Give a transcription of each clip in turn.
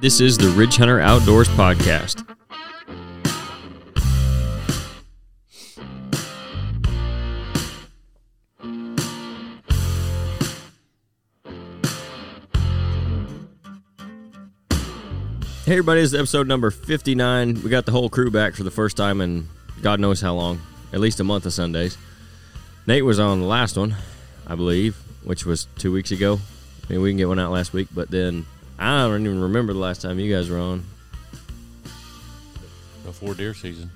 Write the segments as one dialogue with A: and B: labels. A: This is the Ridge Hunter Outdoors Podcast. Hey everybody, this is episode number 59. We got the whole crew back for the first time in God knows how long, at least a month of Sundays. Nate was on the last one, I believe, which was two weeks ago. I mean, we can get one out last week, but then I don't even remember the last time you guys were on.
B: Before deer season.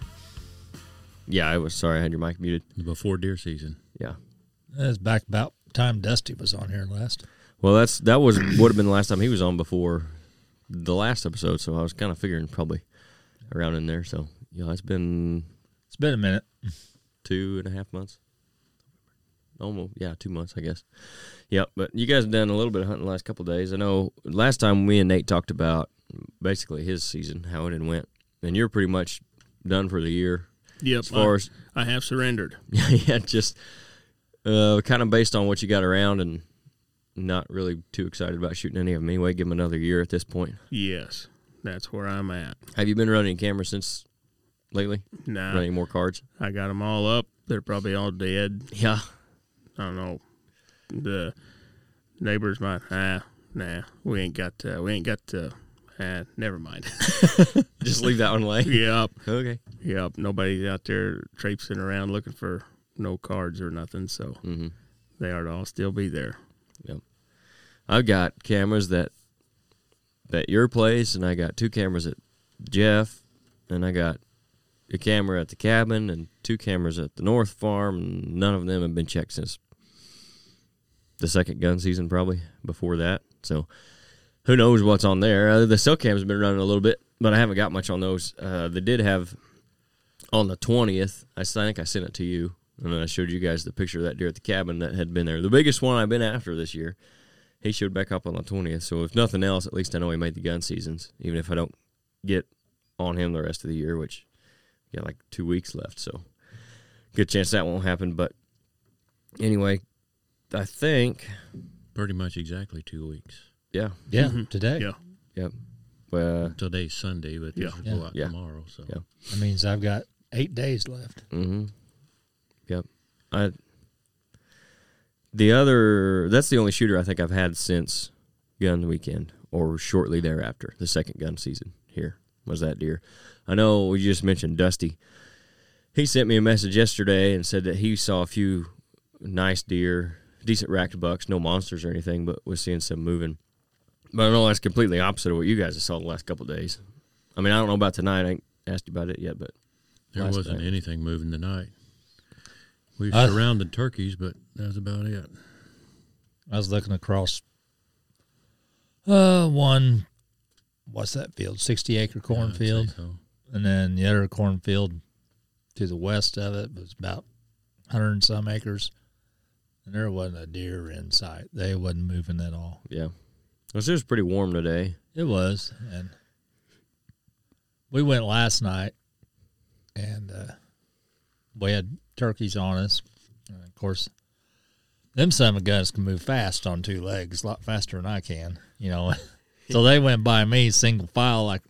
A: Yeah, I was sorry, I had your mic muted.
B: Before deer season.
A: Yeah.
C: That's back about time Dusty was on here last.
A: Well, that's that was would have been the last time he was on before the last episode, so I was kind of figuring probably around in there. So yeah, it's been
C: It's been a minute.
A: two and a half months. Almost, yeah, two months, I guess. Yep, but you guys have done a little bit of hunting the last couple of days. I know last time we and Nate talked about basically his season, how it had went, and you're pretty much done for the year
D: Yep.
A: as far
D: I,
A: as
D: I have surrendered.
A: yeah, just uh, kind of based on what you got around, and not really too excited about shooting any of them anyway. Give them another year at this point.
D: Yes. That's where I'm at.
A: Have you been running cameras since lately?
D: Nah,
A: running more cards?
D: I got them all up. They're probably all dead.
A: Yeah,
D: I don't know. The neighbors might. Ah, nah. We ain't got. Uh, we ain't got. Uh, ah, never mind.
A: just leave that one lay.
D: yep.
A: Okay.
D: Yep. Nobody's out there traipsing around looking for no cards or nothing. So
A: hmm
D: they are to all still be there.
A: I've got cameras that at your place, and I got two cameras at Jeff, and I got a camera at the cabin, and two cameras at the North Farm, and none of them have been checked since the second gun season, probably before that. So who knows what's on there? Uh, the cell cam's been running a little bit, but I haven't got much on those. Uh, they did have on the twentieth. I s- I think I sent it to you, and then I showed you guys the picture of that deer at the cabin that had been there. The biggest one I've been after this year he showed back up on the 20th. So if nothing else, at least I know he made the gun seasons, even if I don't get on him the rest of the year, which we got like two weeks left. So good chance that won't happen. But anyway, I think,
B: Pretty much exactly two weeks.
A: yeah,
C: Yeah,
D: Mhm.
C: today.
D: Yeah.
A: uh,
B: Today's Sunday, but this
D: Yeah.
B: will go out
A: Yeah.
B: tomorrow. So
A: Yeah.
C: That means I've got eight days left.
A: Mm-hmm. Yep. I. The other that's the only shooter I think I've had since gun weekend or shortly thereafter, the second gun season here was that deer. I know you just mentioned Dusty. He sent me a message yesterday and said that he saw a few nice deer, decent racked bucks, no monsters or anything, but was seeing some moving. But I know that's completely opposite of what you guys have saw the last couple of days. I mean, I don't know about tonight. I ain't asked you about it yet, but
B: there
A: Last
B: wasn't
A: night.
B: anything moving tonight. We
D: Uh,
C: I-
B: surrounded turkeys, but that was about it.
C: I was looking across uh one what's that field? Sixty acre
B: Yeah, I'd say
C: cornfield.
B: so.
C: and then the other cornfield to the west of it was about hundred and some acres. And there wasn't a deer in sight. They wasn't moving at all.
A: Yeah. It was just pretty warm today.
C: It was, and we went last night, and uh, we had turkeys on us. And of course, them son of guns can move fast on two legs, a lot faster than I can, you know. so they went by me single file like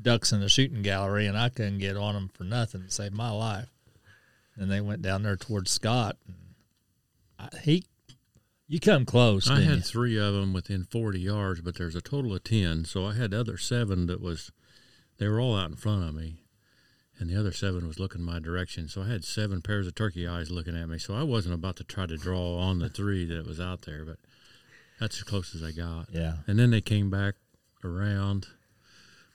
C: ducks in the shooting gallery, and I couldn't get on them for nothing, to save my life. And they went down there towards Scott. And I, he, you come close.
B: I
C: didn't
B: had
C: you?
B: three of them within 40 yards, but there's a total of 10. So I had the other seven that was, they were all out in front of me, and the other seven was looking my direction. So I had seven pairs of turkey eyes looking at me. So I wasn't about to try to draw on the three that was out there, but that's as close as I got.
C: Yeah.
B: And then they came back around,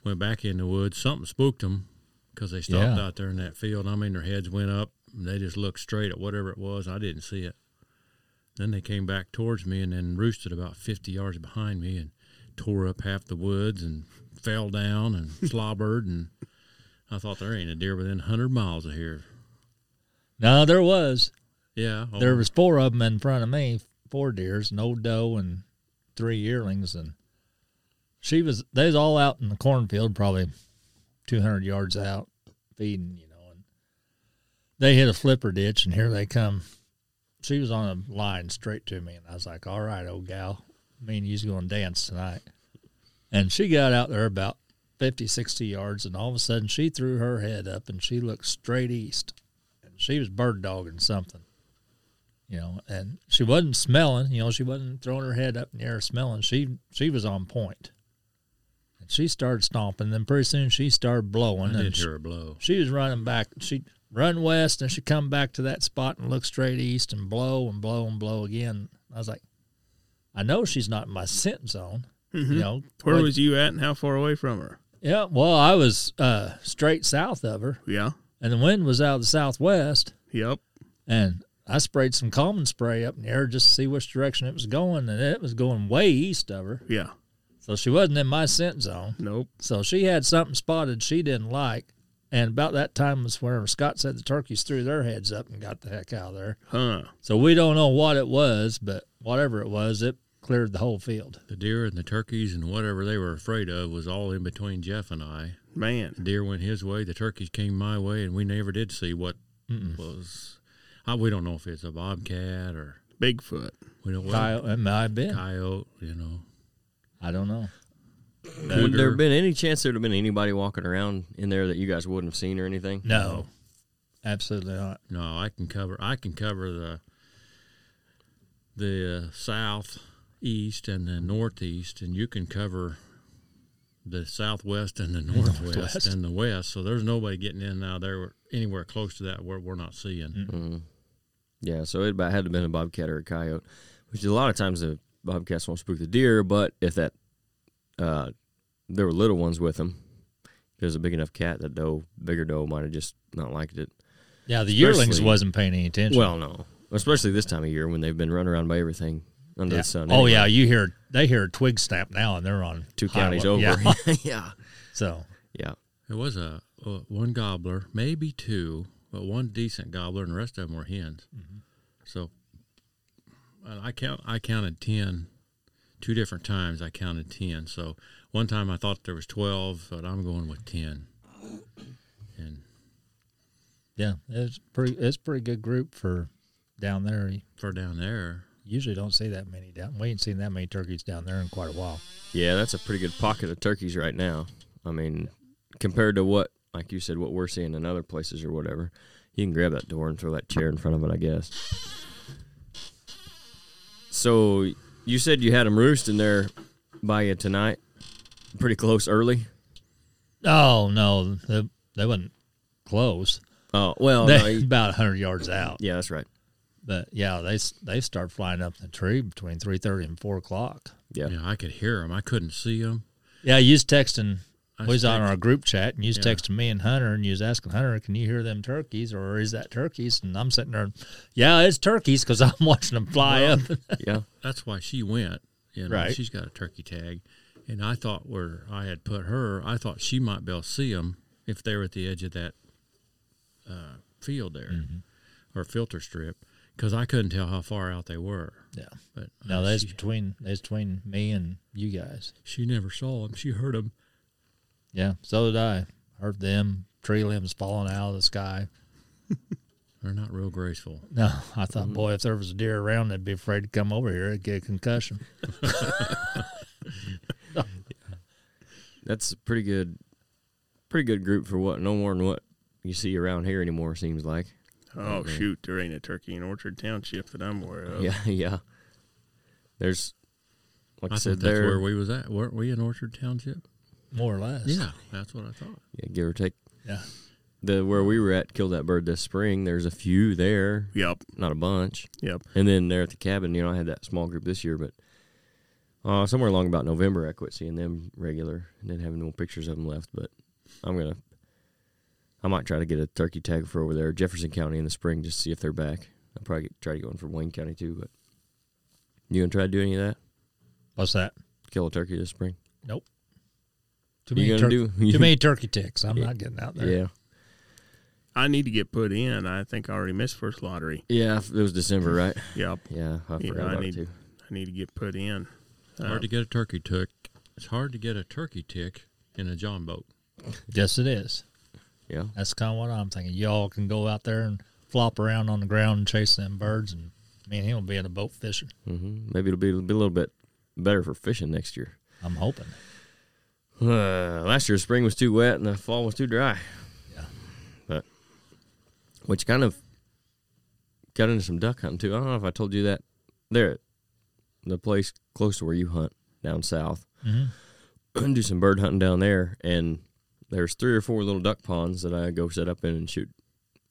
B: went back in the woods. Something spooked them because they stopped
C: Yeah.
B: out there in that field. I mean, their heads went up. And they just looked straight at whatever it was. I didn't see it. Then they came back towards me and then roosted about 50 yards behind me and tore up half the woods and fell down and slobbered. And I thought, there ain't a deer within 100 miles of here.
C: No, there was.
B: Yeah. oh,
C: there was four of them in front of me, four deers, an old doe and three yearlings, and she was they was all out in the cornfield, probably two hundred yards out feeding, you know, and they hit a flipper ditch, and here they come. She was on a line straight to me, and I was like, "All right, old gal, me and you's going to dance tonight." And she got out there about 50, 60 yards, and all of a sudden she threw her head up and she looked straight east. And she was bird dogging something, you know, and she wasn't smelling, you know, she wasn't throwing her head up in the air smelling. She, she was on point. And she started stomping, then pretty soon she started blowing.
B: I
C: and
B: did
C: she-
B: hear a blow.
C: she was running back. She'd run west and she'd come back to that spot and look straight east and blow and blow and blow again. I was like, I know she's not in my scent zone. You know,
D: Mm-hmm. Where
C: like-
D: was you at and how far away from her?
C: yeah. Well, I was uh, straight south of her,
D: Yeah.
C: and the wind was out of the southwest,
D: Yep.
C: and I sprayed some common spray up in the air just to see which direction it was going, and it was going way east of her,
D: Yeah.
C: so she wasn't in my scent zone.
D: Nope.
C: So she had something spotted she didn't like. And about that time was whenever Scott said the turkeys threw their heads up and got the heck out of there.
D: Huh.
C: So we don't know what it was, but whatever it was, it cleared the whole field.
B: The deer and the turkeys and whatever they were afraid of was all in between Jeff and I.
D: Man.
B: deer went his way, the turkeys came my way, and we never did see what was. I, we don't know if it's a bobcat or
D: Bigfoot.
B: we don't
C: Coyote, it might have been.
B: coyote. You know,
C: I don't know.
A: Would there
B: cougar.
A: have been any chance there'd have been anybody walking around in there that you guys wouldn't have seen or anything?
C: No, absolutely not.
B: No, I can cover. I can cover the the uh, south, east, and the northeast, and you can cover the southwest and the northwest,
C: Northwest.
B: and the west. So there's nobody getting in now. There anywhere close to that where we're not seeing.
A: Yeah, so it about had to have been a bobcat or a coyote, which a lot of times the bobcats won't spook the deer, but if that uh, there were little ones with them, if it was a big enough cat, that doe, bigger doe, might have just not liked it.
C: Yeah, the yearlings
A: Especially-
C: wasn't paying any attention.
A: Well, no, especially this time of year when they've been run around by everything under
C: yeah.
A: the sun.
C: oh
A: anyway.
C: yeah, you hear they hear a twig snap now, and they're on
A: two
C: highway.
A: counties over.
C: Yeah.
A: yeah,
C: so
A: yeah.
B: There was a uh, one gobbler, maybe two, but one decent gobbler, and the rest of them were hens. So and I count. I counted ten, two different times. I counted ten. So one time I thought there was twelve, but I'm going with ten. And
C: yeah, it's pretty. It's a pretty good group for down there. You
B: for down there,
C: usually don't see that many down. We ain't seen that many turkeys down there in quite a while.
A: Yeah, that's a pretty good pocket of turkeys right now. I mean, compared to what, like you said, what we're seeing in other places or whatever, you can grab that door and throw that chair in front of it, I guess. So you said you had them roosting there by you tonight, pretty close early.
C: Oh no, they, they wasn't close.
A: Oh well,
C: they
A: no, you-
C: about hundred yards out.
A: yeah, that's right.
C: But yeah, they s- they start flying up the tree between three thirty and four o'clock.
A: Yeah,
B: yeah, I could hear them. I couldn't see them.
C: Yeah, you was texting.
B: I
C: we was on
B: text-
C: our group chat, and you was
B: Yeah.
C: texting me and Hunter, and you was asking Hunter, "Can you hear them turkeys, or is that turkeys?" And I'm sitting there, yeah, it's turkeys because I'm watching them fly up.
A: yeah.
B: That's why she went. You know,
C: Right.
B: she's got a turkey tag, and I thought where I had put her, I thought she might be able to see them if they were at the edge of that uh, field there or filter strip, because I couldn't tell how far out they were.
C: yeah,
B: But uh,
C: no, that's
B: she,
C: between that's between me and you guys.
B: she never saw them. She heard them.
C: Yeah, so did I. Heard them tree limbs falling out of the sky.
B: They're not real graceful.
C: No, I thought, boy, if there was a deer around, they'd be afraid to come over here. It'd get a concussion.
A: That's a pretty good, pretty good group for what no more than what you see around here anymore. Seems like.
D: Oh shoot, there ain't a turkey in Orchard Township that I'm aware
B: Oh.
D: of.
A: Yeah, yeah. There's, like I,
B: I
A: said,
B: thought that's
A: there
B: where we was at. Weren't we in Orchard Township?
C: More or less.
B: Yeah, that's what I thought.
A: yeah, give or take.
C: Yeah.
A: the where we were at kill that bird this spring there's a few there
D: Yep.
A: not a bunch
D: Yep.
A: and then there at the cabin you know i had that small group this year but uh, somewhere along about november i quit seeing them regular and didn't have any more pictures of them left but i'm gonna i might try to get a turkey tag for over there jefferson county in the spring just to see if they're back i'll probably get, try to get one for wayne county too but you gonna try to do any of that
C: What's that?
A: kill a turkey this spring
C: Nope. Too
A: You gonna
C: many, tur-
A: do-
C: too many turkey ticks. I'm not getting out there.
A: yeah
D: I need to get put in. I think I already missed first lottery.
A: yeah it was december right
D: Yep.
A: yeah i forgot
D: Yeah, I
A: about
D: need
A: it too
D: I need to get put in.
B: Hard to get a turkey tick. It's hard to get a turkey tick in a john boat.
C: Yes, it is.
A: yeah
C: That's kind of what I'm thinking. Y'all can go out there and flop around on the ground and chase them birds, and me and him will be in a boat fishing.
A: Mm-hmm. hmm Maybe it'll be, be a little bit better for fishing next year.
C: I'm hoping.
A: Uh, last year's spring was too wet and the fall was too dry.
C: Yeah.
A: But which kind of got into some duck hunting too. I don't know if I told you that. There the place close to where you hunt down south.
C: Mhm.
A: do some bird hunting down there and there's three or four little duck ponds that I go set up in and shoot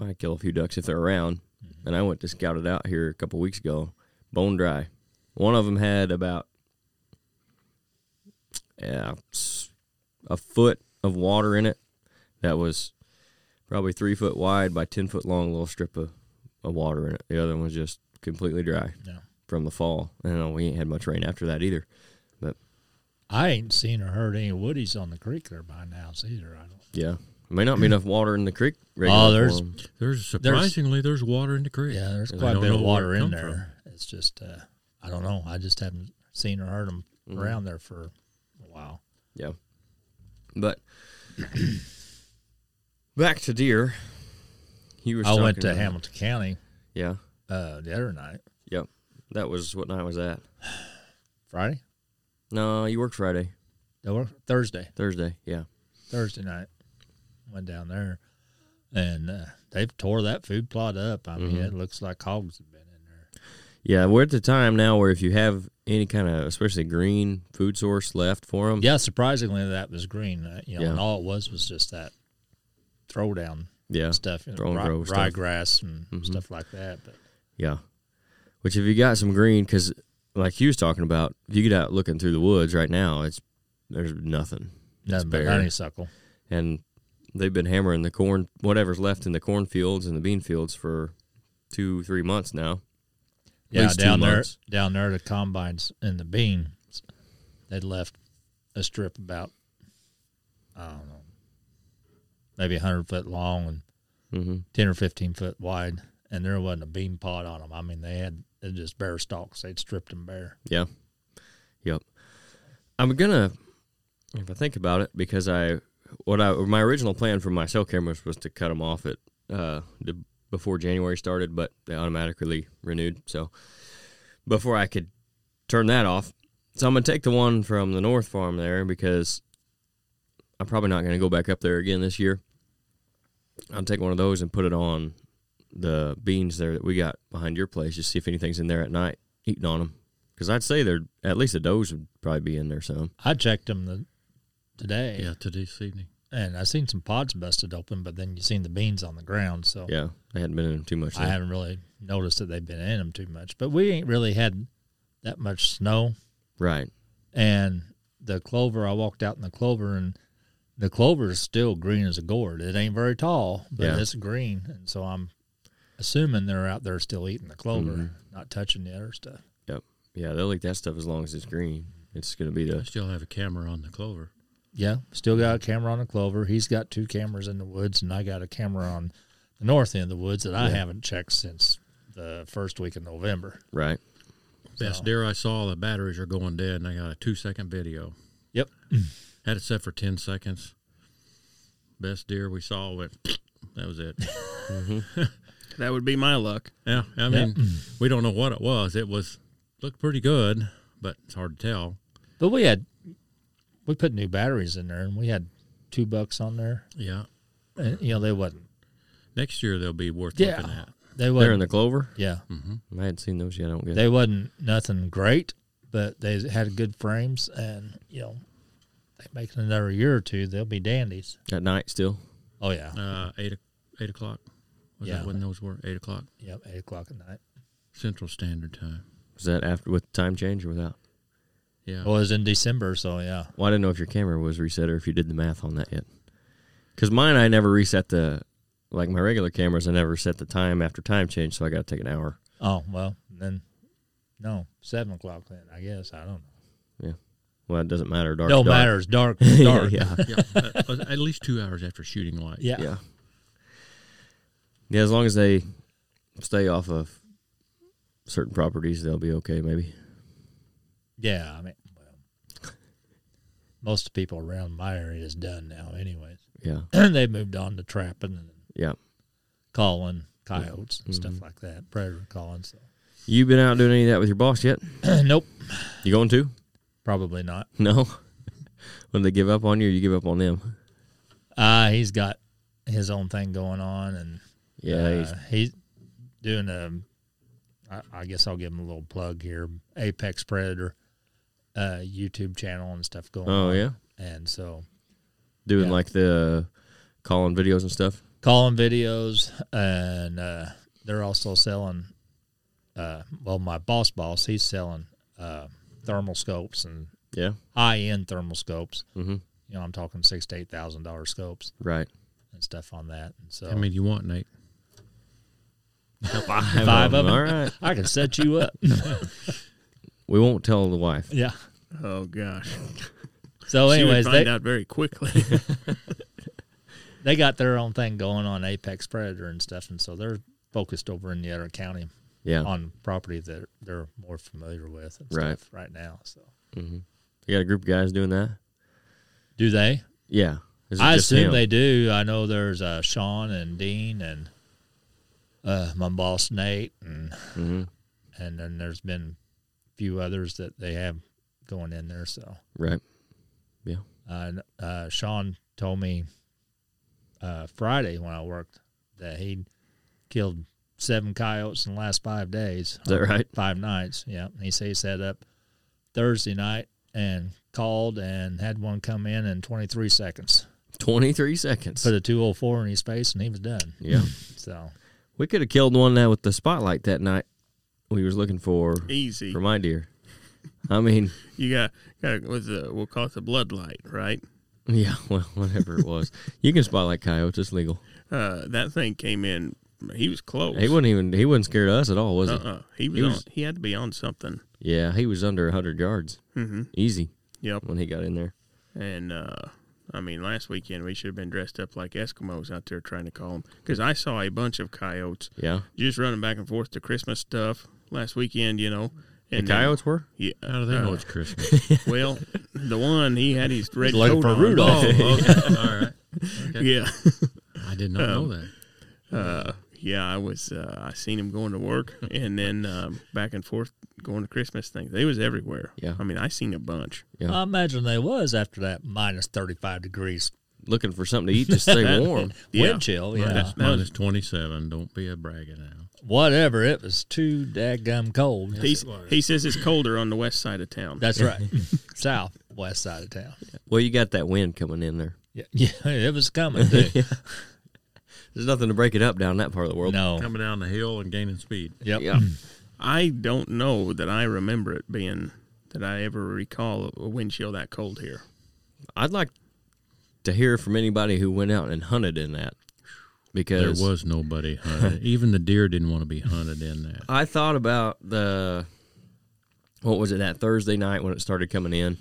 A: I kill a few ducks if they're around. And I went to scout it out here a couple weeks ago, bone dry. One of them had about yeah, s- a foot of water in it that was probably three foot wide by 10 foot long little strip of, of water in it. The other one was just completely dry
C: Yeah.
A: from the fall. And uh, we ain't had much rain after that either. But
C: I ain't seen or heard any woodies on the creek there by now either. I don't.
A: yeah, may not be enough water in the creek.
C: Oh, there's-
A: form.
B: There's surprisingly there's, water in the creek.
C: Yeah, there's
B: I
C: quite a
B: don't
C: bit of
B: know where
C: water
B: it
C: in
B: come from.
C: there. It's just, uh, I don't know. I just haven't seen or heard them
A: Mm-hmm.
C: around there for a while.
A: Yeah. But back to deer. You were
C: I went
A: talking
C: to
A: about-
C: Hamilton County
A: Yeah.
C: uh, the other night,
A: Yep. That was what night was that?
C: Friday,
A: No, you worked Friday,
C: That was Thursday,
A: Thursday. Yeah.
C: Thursday night. Went down there, and uh, they've tore that food plot up. I mean, it
A: Mm-hmm.
C: looks like hogs have been in there.
A: Yeah, we're at the time now where if you have any kind of, especially green food source left for them.
C: Yeah, surprisingly, that was green. Uh, you know,
A: Yeah.
C: and all it was was just that throwdown
A: Yeah.
C: stuff, you know,
A: Throw and
C: rye,
A: grow stuff. Mm-hmm.
C: ryegrass and stuff like that. But
A: Yeah. Which if you got some green, because like he was talking about, if you get out looking through the woods right now, it's there's nothing. It's
C: nothing but
A: bare.
C: honeysuckle.
A: and they've been hammering the corn, whatever's left in the cornfields and the bean fields for two, three months now.
C: Yeah,
A: least two
C: down there,
A: months.
C: down there, the combines and the bean, they left a strip about, I don't know, maybe hundred foot long and
A: hmm
C: ten or fifteen foot wide, and there wasn't a bean pod on them. I mean, they had it was just bare stalks. They'd stripped them bare.
A: Yeah. Yep. I'm gonna, if I think about it, because I, what I, my original plan for my cell cameras was to cut them off at, uh, the, before January started, but they automatically renewed. So before I could turn that off, so I'm gonna take the one from the North Farm there because I'm probably not gonna go back up there again this year. I'll take one of those and put it on the beans there that we got behind your place, just see if anything's in there at night eating on them. Because I'd say there at least the does would probably be in there some.
C: I checked them the, today,
B: Yeah, to this evening.
C: and I seen some pods busted open, but then you seen the beans on the ground. So
A: Yeah, they hadn't been in them too much.
C: I
A: then.
C: haven't really noticed that they've been in them too much. But we ain't really had that much snow.
A: Right.
C: and the clover i walked out in the clover and the clover is still green as a gourd it ain't very tall but
A: Yeah.
C: it's green and so i'm assuming they're out there still eating the clover
A: Mm-hmm.
C: not touching the other stuff
A: Yep. Yeah, they'll eat that stuff as long as it's green. It's gonna be
B: I
A: the
B: still have a camera on the clover.
C: yeah still got a camera on the clover he's got two cameras in the woods and i got a camera on the north end of the woods that i haven't checked since the first week of november
A: right.
B: Best deer I saw, the batteries are going dead, and I got a two second video.
C: yep
B: Had it set for 10 seconds. Best deer we saw went, that was it.
D: That would be my luck.
B: Yeah, I mean, we don't know what it was. It was looked pretty good, but it's hard to tell.
C: but we had we put new batteries in there and we had two bucks on there
B: Yeah,
C: and you know they wasn't
B: next year they'll be worth
C: Yeah.
B: looking at.
C: they
A: They're in
C: wasn't
A: the clover.
C: yeah
A: I hadn't seen those yet. I don't get.
C: they wasn't nothing great, but they had good frames, and you know, they make it another year or two, they'll be dandies.
A: at night still.
C: Oh yeah,
B: Uh, eight o- eight o'clock. Was
C: Yeah.
B: that when those were? Eight o'clock
C: yep, eight o'clock at night.
B: Central Standard Time.
A: Was that after with time change or without?
B: Yeah,
C: Well, it was in December, so yeah,
A: Well, I didn't know if your camera was reset or if you did the math on that yet. Because mine, I never reset the like my regular cameras. I never set the time after time change, so I got to take an hour.
C: oh well, then no, seven o'clock then I guess I don't know.
A: Well, it doesn't matter. Dark.
C: no
A: dark.
C: matter, it's dark, it's dark. yeah.
A: yeah.
B: yeah. that was at least two hours after shooting light.
C: yeah,
A: Yeah. Yeah, as long as they stay off of certain properties, they'll be okay, maybe.
C: I mean, well, most people around my area is done now, anyways.
A: Yeah.
C: they moved on to trapping and
A: Yeah.
C: calling coyotes and stuff like that, predator calling. So
A: You been out doing any of that with your boss yet?
C: nope,
A: You going to?
C: probably not.
A: No. when they give up on you, you give up on them.
C: Uh, he's got his own thing going on, and
A: Yeah,
C: uh,
A: he's-
C: he's doing a. I, I guess I'll give him a little plug here. Apex Predator, uh, YouTube channel and stuff going.
A: oh
C: on.
A: yeah,
C: and so
A: doing
C: Yeah.
A: like the calling videos and stuff.
C: calling videos, and uh, they're also selling. Uh, well, my boss boss, he's selling uh, thermal scopes and
A: Yeah,
C: high end thermal scopes.
A: Mhm.
C: You know, I'm talking six to eight thousand dollar scopes
A: right.
C: and stuff on that. And so
B: I mean, you want Nate?
C: Five of 'em.
A: All right,
C: I can set you up.
A: we won't tell the wife.
C: yeah.
D: Oh gosh.
C: So,
D: she would
C: anyways,
D: find
C: they,
D: out very quickly.
C: they got their own thing going on Apex Predator and stuff, and so they're focused over in the other county
A: Yeah,
C: on property that they're more familiar with and
A: Right.
C: stuff right now. So,
A: you got a group of guys doing that.
C: do they?
A: Yeah, Is it
C: I
A: just
C: assume
A: him?
C: they do. I know there's uh, Sean and Dean and uh, my boss Nate, and
A: Mhm.
C: and then there's been a few others that they have going in there. So
A: right. Yeah,
C: uh, n- uh, Sean told me uh, Friday when I worked that he killed seven coyotes in the last five days.
A: Is that right?
C: Five nights. Yeah. And he said he set up Thursday night and called and had one come in in 23 seconds.
A: twenty three seconds.
C: Put a 204 in his face and he was done.
A: yeah,
C: So
A: we could have killed one now with the spotlight that night. We was looking for
D: Easy.
A: for my deer. I mean,
D: You got got with the we'll call it the bloodlight, right?
A: yeah, well, whatever it was, you can spotlight coyotes. It's legal.
D: Uh, that thing came in. He was close.
A: He wasn't even. He wasn't scared of us at all, was he?
D: Uh-uh. He was.
A: He was-
D: on, he had to be on something.
A: Yeah, he was under hundred yards,
D: Mm-hmm.
A: easy
D: Yep.
A: when he got in there.
D: And uh, I mean, last weekend we should have been dressed up like Eskimos out there trying to call them because I saw a bunch of coyotes
A: Yeah,
D: just running back and forth to Christmas stuff last weekend. You know, and
A: the coyotes were.
D: Yeah.
B: How do they
D: uh,
B: know it's Christmas?
D: well, the one he had his red
C: looking
D: coat
C: for
D: on.
C: Rudolph.
B: oh, okay. all right. Um,
D: Yeah.
B: I did not know that.
D: Uh, yeah, I was. Uh, I seen him going to work, and then um, back and forth going to Christmas things. They was everywhere.
A: Yeah.
D: I mean, I seen a bunch.
A: Yeah.
C: I imagine they was after that minus 35 degrees
A: looking for something to eat to stay warm.
D: Yeah.
C: wind chill. Yeah.
B: Minus- minus twenty-seven. Don't be a bragging now.
C: Whatever. It was too daggum cold.
D: He's, he says it's colder on the west side of town.
C: That's right. South, west side of town.
A: Well, you got that wind coming in there.
C: Yeah, yeah it was coming. Too.
A: There's nothing to break it up down that part of the world.
C: No.
B: Coming down the hill and gaining speed.
C: Yep.
A: Yeah.
D: I don't know that I remember it being that I ever recall a wind chill that cold here.
A: I'd like to hear from anybody who went out and hunted in that
B: There
A: because
B: was nobody hunted. Even the deer didn't want to be hunted in that.
A: I thought about the what was it that Thursday night when it started coming in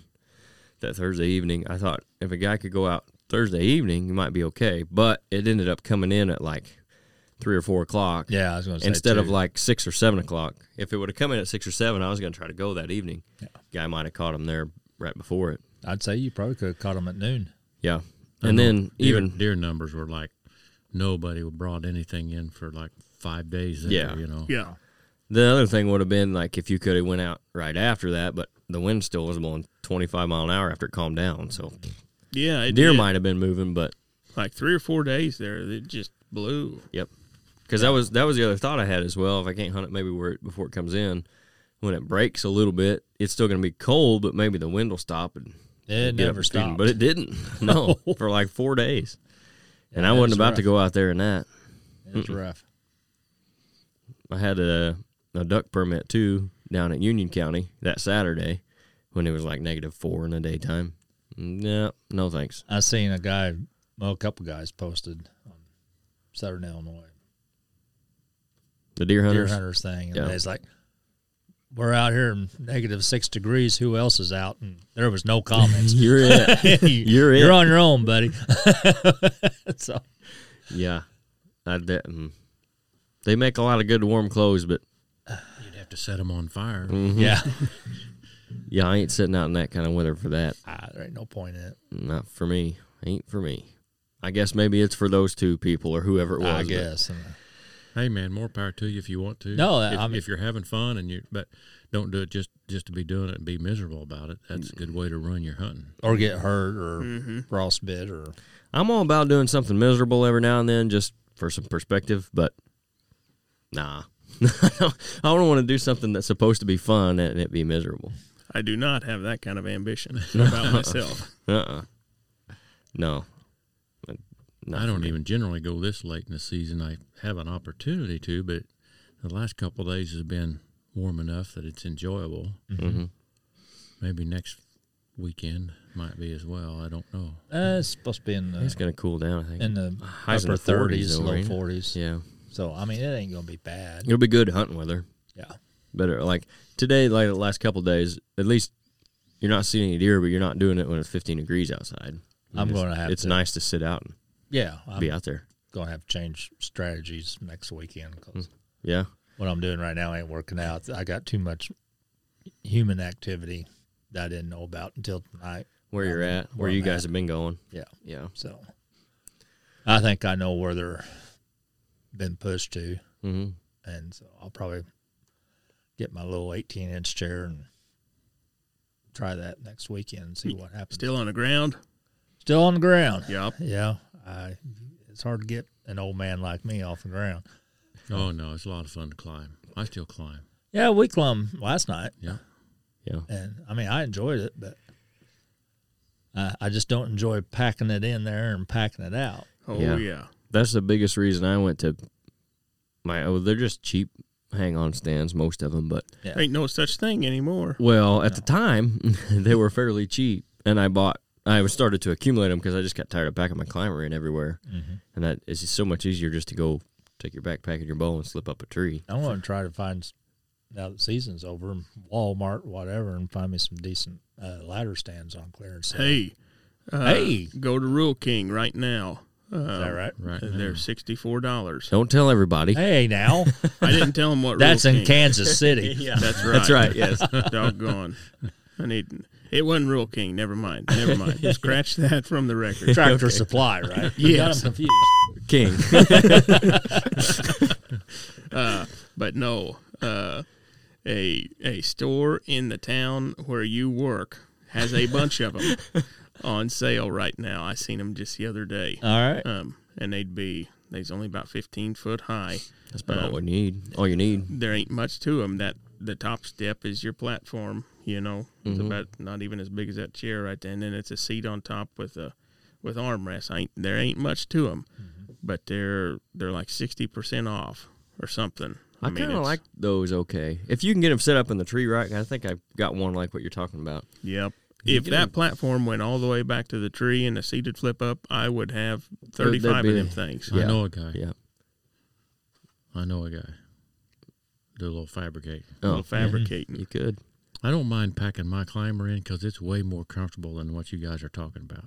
A: that Thursday evening. I thought if a guy could go out Thursday evening, you might be okay. But it ended up coming in at like three or four o'clock.
C: Yeah, I was going to say.
A: instead of
C: too.
A: like six or seven o'clock. If it would have come in at six or seven, I was going to try to go that evening. Guy might have caught him there right before it.
C: I'd say you probably could have caught them at noon.
A: Yeah,
B: I
A: and
B: know
A: then
B: deer,
A: even
B: deer numbers were like nobody brought anything in for like five days. There,
A: Yeah.
B: you know.
D: Yeah.
A: the other thing would have been like if you could have went out right after that, but the wind still was blowing twenty five mile an hour after it calmed down. So
D: Yeah. It
A: deer
D: did.
A: might have been moving, but
D: Like three or four days there, it just blew.
A: yep. Because that was that was the other thought I had as well. If I can't hunt it, maybe where it, before it comes in, when it breaks a little bit, it's still going to be cold, but maybe the wind will stop and
C: It
A: get up and feed
C: never
A: 'em,
C: stopped.
A: But it didn't. No, for like four days. And I
C: Yeah,
A: wasn't
C: that's
A: about to
C: rough.
A: go out there in that.
C: It was rough.
A: I had a, a duck permit too down at Union County that Saturday when it was like negative four in the daytime. No, no thanks.
C: I seen a guy, well, a couple guys posted on Southern Illinois
A: The deer hunters.
C: deer hunters thing, and
A: Yeah.
C: it's like, "We're out here in negative six degrees. Who else is out?" And there was no comments.
A: You're it.
C: You're
A: it.
C: You're on your own, buddy. so
A: yeah, I de- mm. They make a lot of good warm clothes, but
B: You'd have to set them on fire.
A: Mm-hmm.
C: yeah,
A: yeah, I ain't sitting out in that kind of weather for that.
C: ah, there ain't no point in it.
A: Not for me. Ain't for me. I guess maybe it's for those two people or whoever it was.
C: I
A: but-
C: guess. And
B: Hey man, more power to you if you want to.
C: No,
B: if,
C: I mean-
B: if you're having fun and you, but don't do it just just to be doing it and be miserable about it. That's a good way to ruin your hunting.
C: or get hurt or frostbite or
A: I'm all about doing something miserable every now and then just for some perspective, but nah. I don't, I don't want to do something that's supposed to be fun and it be miserable.
D: I do not have that kind of ambition about myself.
A: Uh uh No. Not
B: I don't even generally go this late in the season. I have an opportunity to, but the last couple of days has been warm enough that it's enjoyable.
C: Mm-hmm.
A: Mhm.
B: Maybe next weekend might be as well. I don't know.
C: uh, it's supposed to be in
A: It's
C: the
A: going to cool down, I think.
C: in the
A: Highs in
C: upper
A: the 40s
C: thirties,
A: though,
C: low
A: ain't it?
C: forties.
A: yeah.
C: So I mean, it ain't gonna be bad.
A: It'll be good hunting weather.
C: Yeah.
A: better. Like today, like the last couple of days, at least you're not seeing any deer, but you're not doing it when it's 15 degrees outside. I mean,
C: I'm
A: it's-
C: gonna have
A: It's
C: to-
A: nice to sit out and
C: Yeah, I'm
A: be out there.
C: gonna have to change strategies next weekend 'cause
A: Yeah,
C: what I'm doing right now ain't working out. I got too much human activity that I didn't know about until tonight.
A: where you're at, where
C: where
A: you
C: I'm
A: guys
C: at.
A: have been going.
C: Yeah.
A: Yeah.
C: So I think I know where they're been pushed to,
A: hmm
C: and so I'll probably get my little 18 inch chair and try that next weekend and see what happens.
D: Still on the ground.
C: Still on the ground.
D: Yup.
C: Yeah, I, it's hard to get an old man like me off the ground.
B: Oh no, it's a lot of fun to climb. I still climb.
C: Yeah, we clumb last night,
B: Yeah.
A: Yeah.
C: and I mean I enjoyed it, but I, I just don't enjoy packing it in there and packing it out.
D: Oh
A: Yeah.
D: yeah.
A: That's the biggest reason I went to my. Oh, they're just cheap hang on stands, most of them. But
C: Yeah.
D: Ain't no such thing anymore.
A: well, at the time, they were fairly cheap, and I bought. I was started to accumulate them because I just got tired of packing my climber in everywhere, and that it's just so much easier just to go take your backpack and your bow and slip up a tree.
C: I'm going to try to find s- now that season's over, Walmart, whatever, and find me some decent uh, ladder stands on clearance. sale.
D: Hey, uh,
C: Hey!
D: go to Rule King right now. Uh,
C: is that right? Mm.
B: Right. now.
D: They're sixty four dollars.
A: Don't tell everybody.
C: Hey, now
D: I didn't tell them what.
C: that's
D: Rule
C: in
D: King.
C: Kansas City.
D: That's right.
A: That's right. Yes.
D: Doggone. I need. It wasn't Rule King. Never mind. Never mind. Scratch that from the record.
C: Tractor Supply, right? You got
D: Yes.
C: them confused.
A: King.
D: But no, uh, a a store in the town where you work has a bunch of them on sale right now. I seen them just the other day,
C: All right.
D: um, and they'd be they's only about fifteen foot high.
A: That's about all we need. All you need.
D: There ain't much to them. That the top step is your platform. You know, it's
A: Mm-hmm.
D: about not even as big as that chair right there, and then it's a seat on top with a with armrests. I ain't there ain't much to them, but they're they're like sixty percent off or something.
A: I,
D: mean,
A: kind of
D: it's-
A: like those. Okay, if you can get them set up in the tree right, I think I got one like what you're talking about.
D: Yep. If that platform went all the way back to the tree and the seat would flip up, I would have
A: There- there'd
D: 35
A: be-
D: of them things.
A: Yeah.
B: I know a guy.
A: Yeah.
B: I know a guy. Do a little fabricate.
D: Little
A: Oh,
D: fabricating.
A: you could.
B: I don't mind packing my climber in because it's way more comfortable than what you guys are talking about.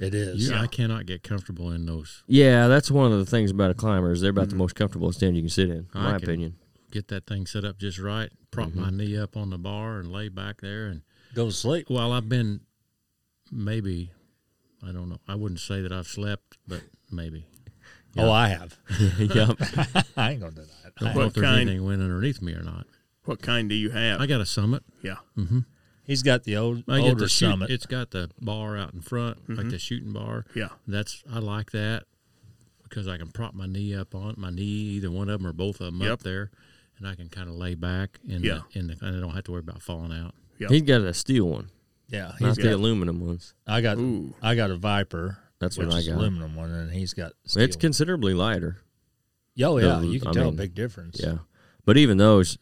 C: It is.
B: You- I cannot get comfortable in those.
A: Yeah, that's one of the things about a climber is they're about the most comfortable stand you can sit in, in
B: I
A: my
B: can-
A: opinion.
B: Get that thing set up just right. Prop my knee up on the bar and lay back there. And
C: Go to sleep.
B: while I've been, maybe, I don't know. I wouldn't say that I've slept, but maybe.
C: Oh, I have.
A: yep.
C: I ain't going to deny it.
B: I don't
C: I-
B: know if
D: What
B: there's
D: kind?
B: anything went underneath me or not.
D: What kind do you have?
B: I got a summit.
D: yeah.
C: he's got the old
B: I get
C: older
B: the shoot-
C: summit.
B: It's got the bar out in front, like the shooting bar.
D: Yeah.
B: That's I like that because I can prop my knee up on my knee, either one of them or both of them
D: Yep.
B: up there, and I can kind of lay back in
D: Yeah.
B: the in the and I don't have to worry about falling out.
D: Yep.
A: He's got a steel one,
C: yeah,
A: not
C: he's
A: the
C: got.
A: aluminum ones.
C: I got.
D: Ooh.
C: I got a Viper.
A: That's
C: which
A: what I
C: is
A: got.
C: Aluminum one, and he's got. Steel.
A: It's considerably lighter.
C: Oh yeah,
A: the-
C: you can
A: I
C: tell
A: mean,
C: a big difference.
A: Yeah, but even those,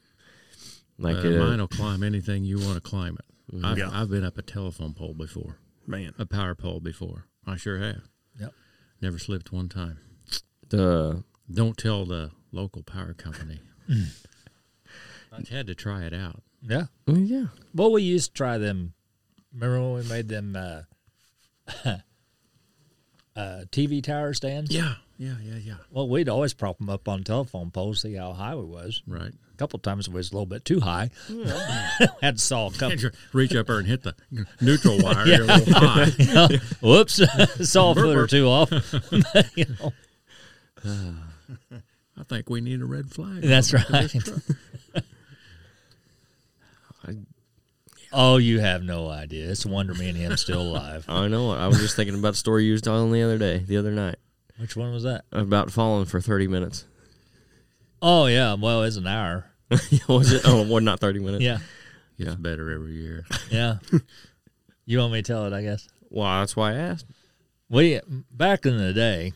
A: like
B: Uh,
A: uh, Mm-hmm.
B: mine will climb anything you want to climb it. I've,
D: Yeah.
B: I've been up a telephone pole before,
D: Man.
B: a power pole before. I sure have.
C: Yep.
B: Never slipped one time.
A: the
B: Don't tell the local power company.
A: Mm.
B: I had to try it out.
C: Yeah.
A: well, Mm, yeah,
C: Well, we used to try them. Remember when we made them uh, uh, TV tower stands?
B: Yeah, yeah, yeah, yeah.
C: Well, we'd always prop them up on telephone poles, see how high we was.
B: Right.
C: A couple times it was a little bit too high. Had to saw a couple.
B: Can't you reach up there and hit the neutral wire. You're a little high.
C: you know, whoops, saw a foot or two off. you know,
B: I think we need a red flag.
C: That's
B: over to this
C: right.
B: truck.
C: Oh, you have no idea. It's a wonder me and him still alive.
A: I know. I was just thinking about the story you was telling the other day, the other night,
C: Which one was that?
A: about falling for 30 minutes.
C: Oh yeah, well it's an hour.
A: was it? Oh, well, not 30 minutes.
C: Yeah,
B: It's
A: Yeah.
B: better every year.
C: yeah. you want me to tell it? I guess.
A: Well, that's why I asked.
C: We back in the day,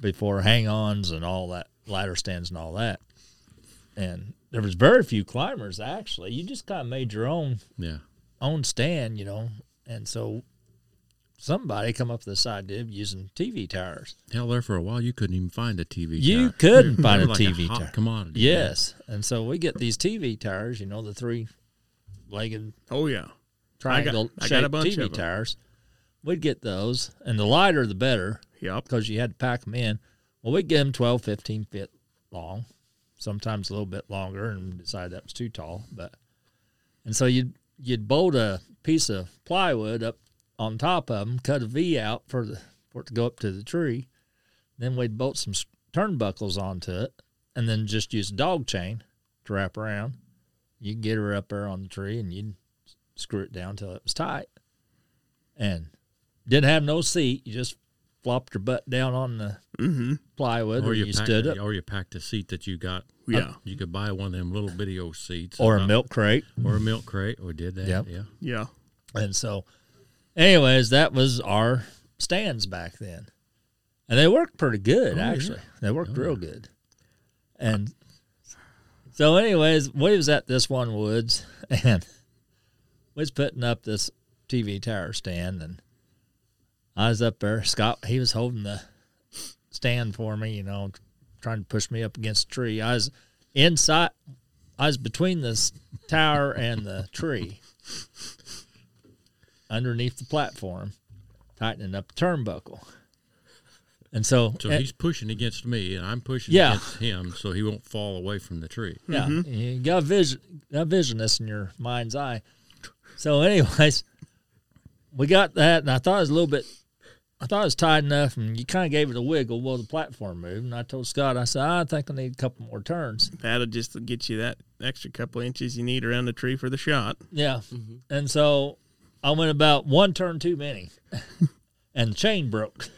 C: before hang-ons and all that ladder stands and all that, and there was very few climbers actually. You just kind of made your own
B: Yeah.
C: own stand, you know, and so somebody come up with this idea of using TV tires.
B: Hell, there for a while, you couldn't even find a TV.
C: You
B: tower.
C: couldn't
B: They
C: find
B: were
C: a
B: like
C: TV
B: hot
C: tower.
B: commodity.
C: Yes, and so we get these TV tires, you know, the three-legged
D: Oh yeah,
C: triangle
D: I got a
C: shaped
D: bunch
C: TV
D: of 'em.
C: tires. We'd get those, and the lighter the better
D: yep.
C: because you had to pack them in. Well, we'd get them 12, 15 feet long, sometimes a little bit longer, and decide that was too tall. But and so you'd you'd bolt a piece of plywood up on top of them, cut a V out for the for it to go up to the tree. Then we'd bolt some s- turnbuckles onto it, and then just use a dog chain to wrap around. You'd get her up there on the tree, and you'd s- screw it down till it was tight. And didn't have no seat. You just flopped your butt down on the
D: Mm-hmm.
C: plywood,
B: Or
C: and
B: you,
C: you,
B: packed,
C: stood up,
B: or you packed a seat that you got.
D: Yeah.
B: You could buy one of them little video seats.
C: or a
B: about-
C: milk crate.
B: Or a milk crate. We did that.
C: Yep.
B: Yeah.
D: Yeah.
C: And so, anyways, that was our stands back then. And they worked pretty good,
B: Oh, yeah.
C: actually. They worked
B: Oh,
C: real good. And so, anyways, we was at this one woods and we was putting up this TV tower stand. And I was up there. Scott, he was holding the stand for me, you know, trying to push me up against a tree. I was inside, I was between this tower and the tree underneath the platform, tightening up the turnbuckle. And so, eh,
B: So
C: and-
B: he's pushing against me, and I'm pushing
C: Yeah.
B: against him, so he won't fall away from the tree.
C: yeah, you got vision, got vision this in your mind's eye. So, anyways, we got that, and I thought it was a little bit, I thought it was tight enough, and you kind of gave it a wiggle. Well, the platform moved, and I told Scott, I said, I think I need a couple more turns.
D: That'll just get you that extra couple inches you need around the tree for the shot.
C: Yeah.
B: Mm-hmm.
C: And so I went about one turn too many, and the chain broke.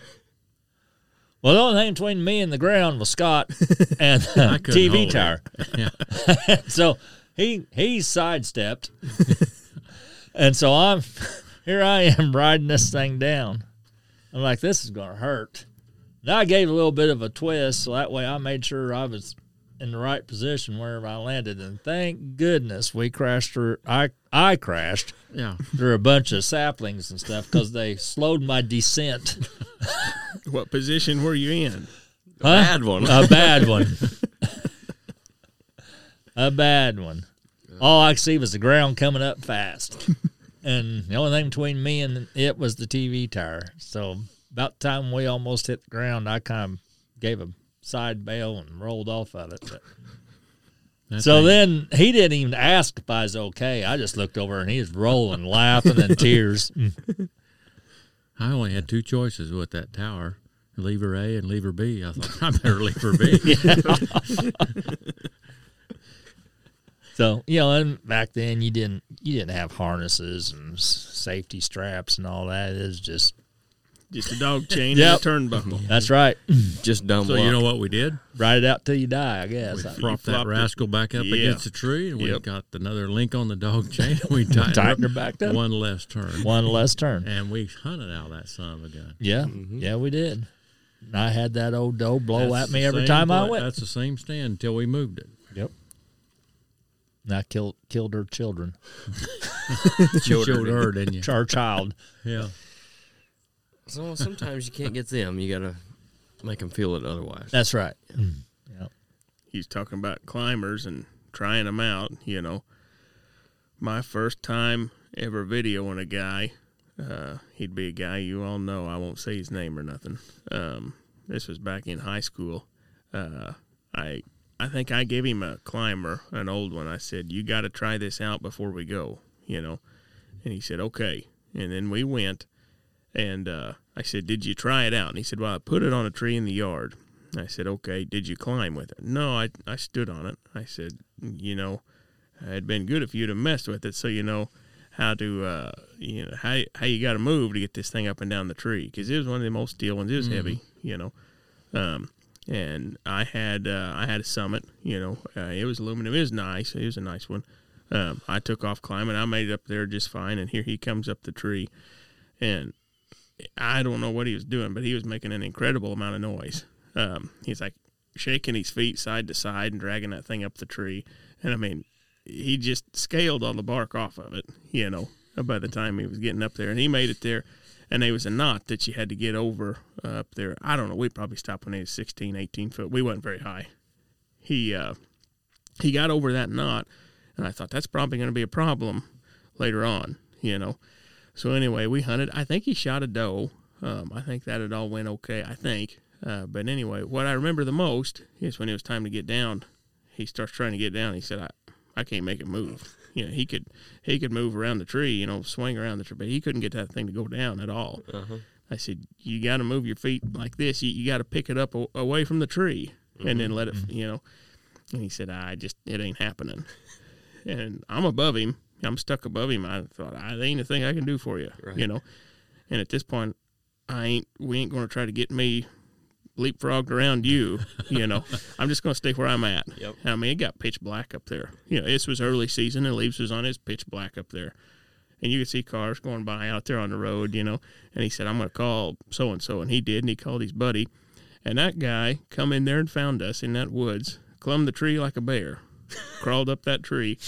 C: Well, the only thing between me and the ground was Scott and the
B: couldn't
C: TV
B: hold it.
C: tower. so he he sidestepped, and so I'm here. I am riding this thing down. I'm like, this is gonna hurt. Now I gave a little bit of a twist, so that way I made sure I was in the right position wherever I landed. And thank goodness we crashed through. I I crashed
B: Yeah.
C: through a bunch of saplings and stuff because they slowed my descent.
D: What position were you in?
C: Huh?
A: Bad one.
C: A bad one. a bad one. All I could see was the ground coming up fast. And the only thing between me and it was the TV tire. So about the time we almost hit the ground, I kind of gave a side bail and rolled off of it. But-
B: That
C: so
B: thing-
C: then he didn't even ask if I was okay. I just looked over and he was rolling, laughing, and tears.
B: I only had two choices with that tower: lever A and lever B. I thought I better lever B.
C: So you know, and back then you didn't you didn't have harnesses and s- safety straps and all that. It was just
D: Just a dog chain
C: Yep.
D: and a turnbuckle.
C: that's right.
A: Just dumb
B: so
A: luck.
B: you know what we did?
C: Ride it out till you die. I
B: We
C: guess. I-
B: propped that
D: flopped it.
B: rascal back up
D: Yeah.
B: against the tree, and we
D: Yep.
B: got another link on the dog chain. And we tightened,
C: Tighten her
B: up
C: back up.
B: One less turn,
C: One less turn.
B: and we hunted out that son of a gun.
C: Yeah, yeah, we did. And I had that old doe blow
B: Mm-hmm. That's
C: Oh, at me
B: the
C: every
B: same
C: time I
B: pla-
C: went.
B: That's the same stand until we moved it.
C: Yep. And I killed killed her children,
B: You showed her, didn't you?
C: her child.
B: Yeah.
A: So sometimes you can't get them. You gotta make them feel it otherwise.
C: That's right. Yep.
D: he's talking about climbers and trying them out. You know, my first time ever videoing a guy. Uh, he'd be a guy you all know. I won't say his name or nothing. Um, this was back in high school. Uh, I I think I gave him a climber, an old one. I said, "You got to try this out before we go." You know, and he said, "Okay." And then we went, and uh, I said, "Did you try it out?" And he said, "Well, I put it on a tree in the yard." I said, okay, did you climb with it? No, I, I stood on it. I said, you know, it'd been good if you'd have messed with it so you know how to, uh, you know, how, how you got to move to get this thing up and down the tree because it was one of the most steel ones. It was heavy, you know. Um, and I had uh, I had a summit, you know. Uh, it was aluminum. It was nice. It was a nice one. Um, I took off climbing. I made it up there just fine. And here he comes up the tree, and I don't know what he was doing, but he was making an incredible amount of noise. Um, he's like shaking his feet side to side and dragging that thing up the tree. And I mean, he just scaled all the bark off of it, you know, by the time he was getting up there. And he made it there. And there was a knot that you had to get over uh, up there. I don't know. We probably stopped when he was 16, 18 foot. We wasn't very high. He, uh, he got over that knot. And I thought that's probably going to be a problem later on, you know. So anyway, we hunted. I think he shot a doe. Um, I think that it all went okay. I think. Uh, but anyway, what I remember the most is when it was time to get down. He starts trying to get down. He said, "I, I can't make it move." You know, he could, he could move around the tree. You know, swing around the tree, but he couldn't get that thing to go down at all. I said, "You got to move your feet like this. You, you got to pick it up a- away from the tree, and then let it. You know." And he said, "I just, it ain't happening." and I'm above him. I'm stuck above him. I thought, I there ain't a thing I can do for you,
A: Right.
D: you know. And at this point, I ain't. We ain't going to try to get me leapfrogged around you, you know. I'm just going to stay where I'm at.
A: Yep.
D: I mean, it got pitch black up there. You know, this was early season, and leaves was on. It's pitch black up there, and you could see cars going by out there on the road, you know. And he said, I'm going to call so and so, and he did, and he called his buddy, and that guy come in there and found us in that woods, clumb the tree like a bear, crawled up that tree,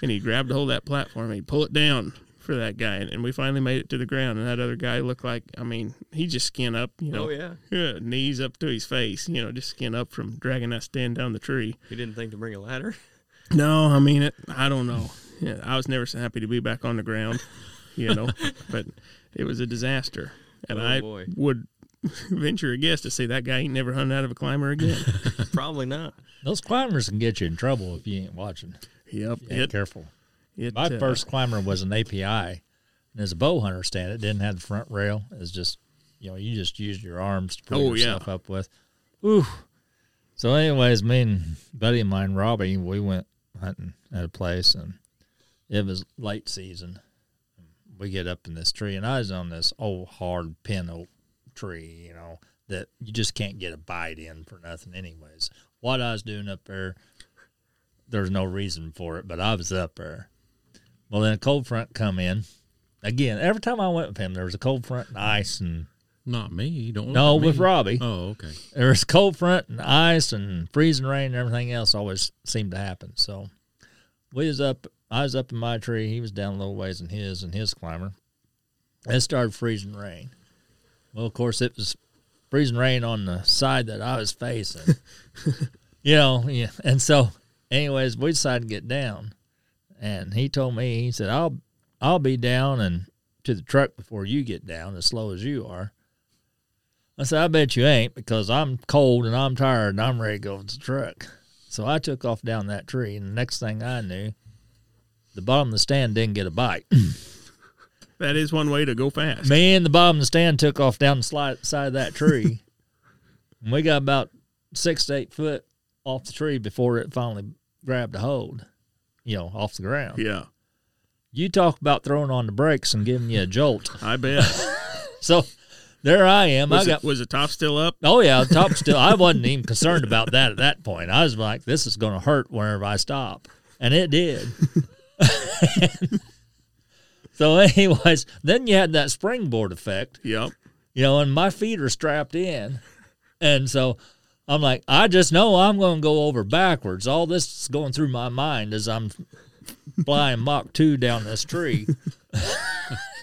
D: and he grabbed hold of that platform. He'd pull it down for that guy, and, and we finally made it to the ground. And that other guy looked like, I mean, he just skin up, you know,
A: Oh yeah,
D: yeah, knees up to his face, you know, just skin up from dragging that stand down the tree.
A: you didn't think to bring a ladder?
D: No, I mean it. I don't know. Yeah, I was never so happy to be back on the ground, you know, but it was a disaster. And
A: Oh,
D: I
A: boy.
D: would venture a guess to say that guy ain't never hung out of a climber again.
A: Probably not.
C: Those climbers can get you in trouble if you ain't watching.
D: yep.
C: Yeah,
D: It,
C: careful.
D: it,
C: My
D: uh,
C: first climber was an API, and as a bow hunter stand, it didn't have the front rail. It's just you know you just used your arms to pull
D: Oh, yeah.
C: yourself up with. Ooh. So, anyways, me and buddy of mine, Robbie, we went hunting at a place, and it was late season. We get up in this tree, and I was on this old hard pin oak tree, you know, that you just can't get a bite in for nothing, anyways. What I was doing up there, there's no reason for it, but I was up there. Well, then a cold front come in. Again, every time I went with him, there was a cold front and ice, and
B: Not me. Don't. look
C: no,
B: at
C: with
B: me.
C: Robbie,
B: Oh, okay.
C: there was cold front and ice and freezing rain and everything else always seemed to happen. So we was up, I was up in my tree, he was down a little ways in his and his climber. It started freezing rain. Well, of course, it was freezing rain on the side that I was facing. you know, yeah. And so, anyways, we decided to get down, and he told me he said, "I'll I'll be down and to the truck before you get down, as slow as you are." I said, "I bet you ain't because I'm cold and I'm tired and I'm ready to go to the truck." So I took off down that tree, and the next thing I knew, the bottom of the stand didn't get a bite.
D: that is one way to go fast.
C: Me and the bottom of the stand took off down the slide, side of that tree. and we got about six to eight foot off the tree before it finally grabbed a hold, you know, off the ground.
D: Yeah,
C: You talk about throwing on the brakes and giving you a jolt.
D: I bet.
C: So there I am.
D: Was,
C: I got.
D: it, was the top still up?
C: Oh yeah, the top still. I wasn't even concerned about that at that point. I was like, "This is going to hurt wherever I stop," and it did. so, anyways, then you had that springboard effect,
D: Yep.
C: you know, and my feet are strapped in. And so I'm like, I just know I'm going to go over backwards. All this is going through my mind as I'm flying Mach 2 down this tree.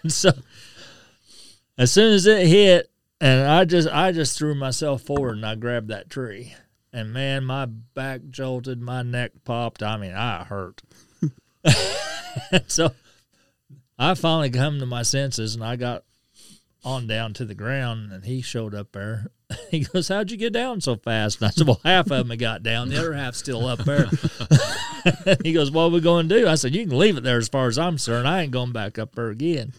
C: And so as soon as it hit, and I just I just threw myself forward and I grabbed that tree. And man, my back jolted, my neck popped. I mean, I hurt. and so I finally come to my senses and I got on down to the ground and he showed up there. He goes, How'd you get down so fast? And I said, Well, half of them got down, the other half's still up there. he goes, What are we going to do? I said, You can leave it there as far as I'm concerned. I ain't going back up there again.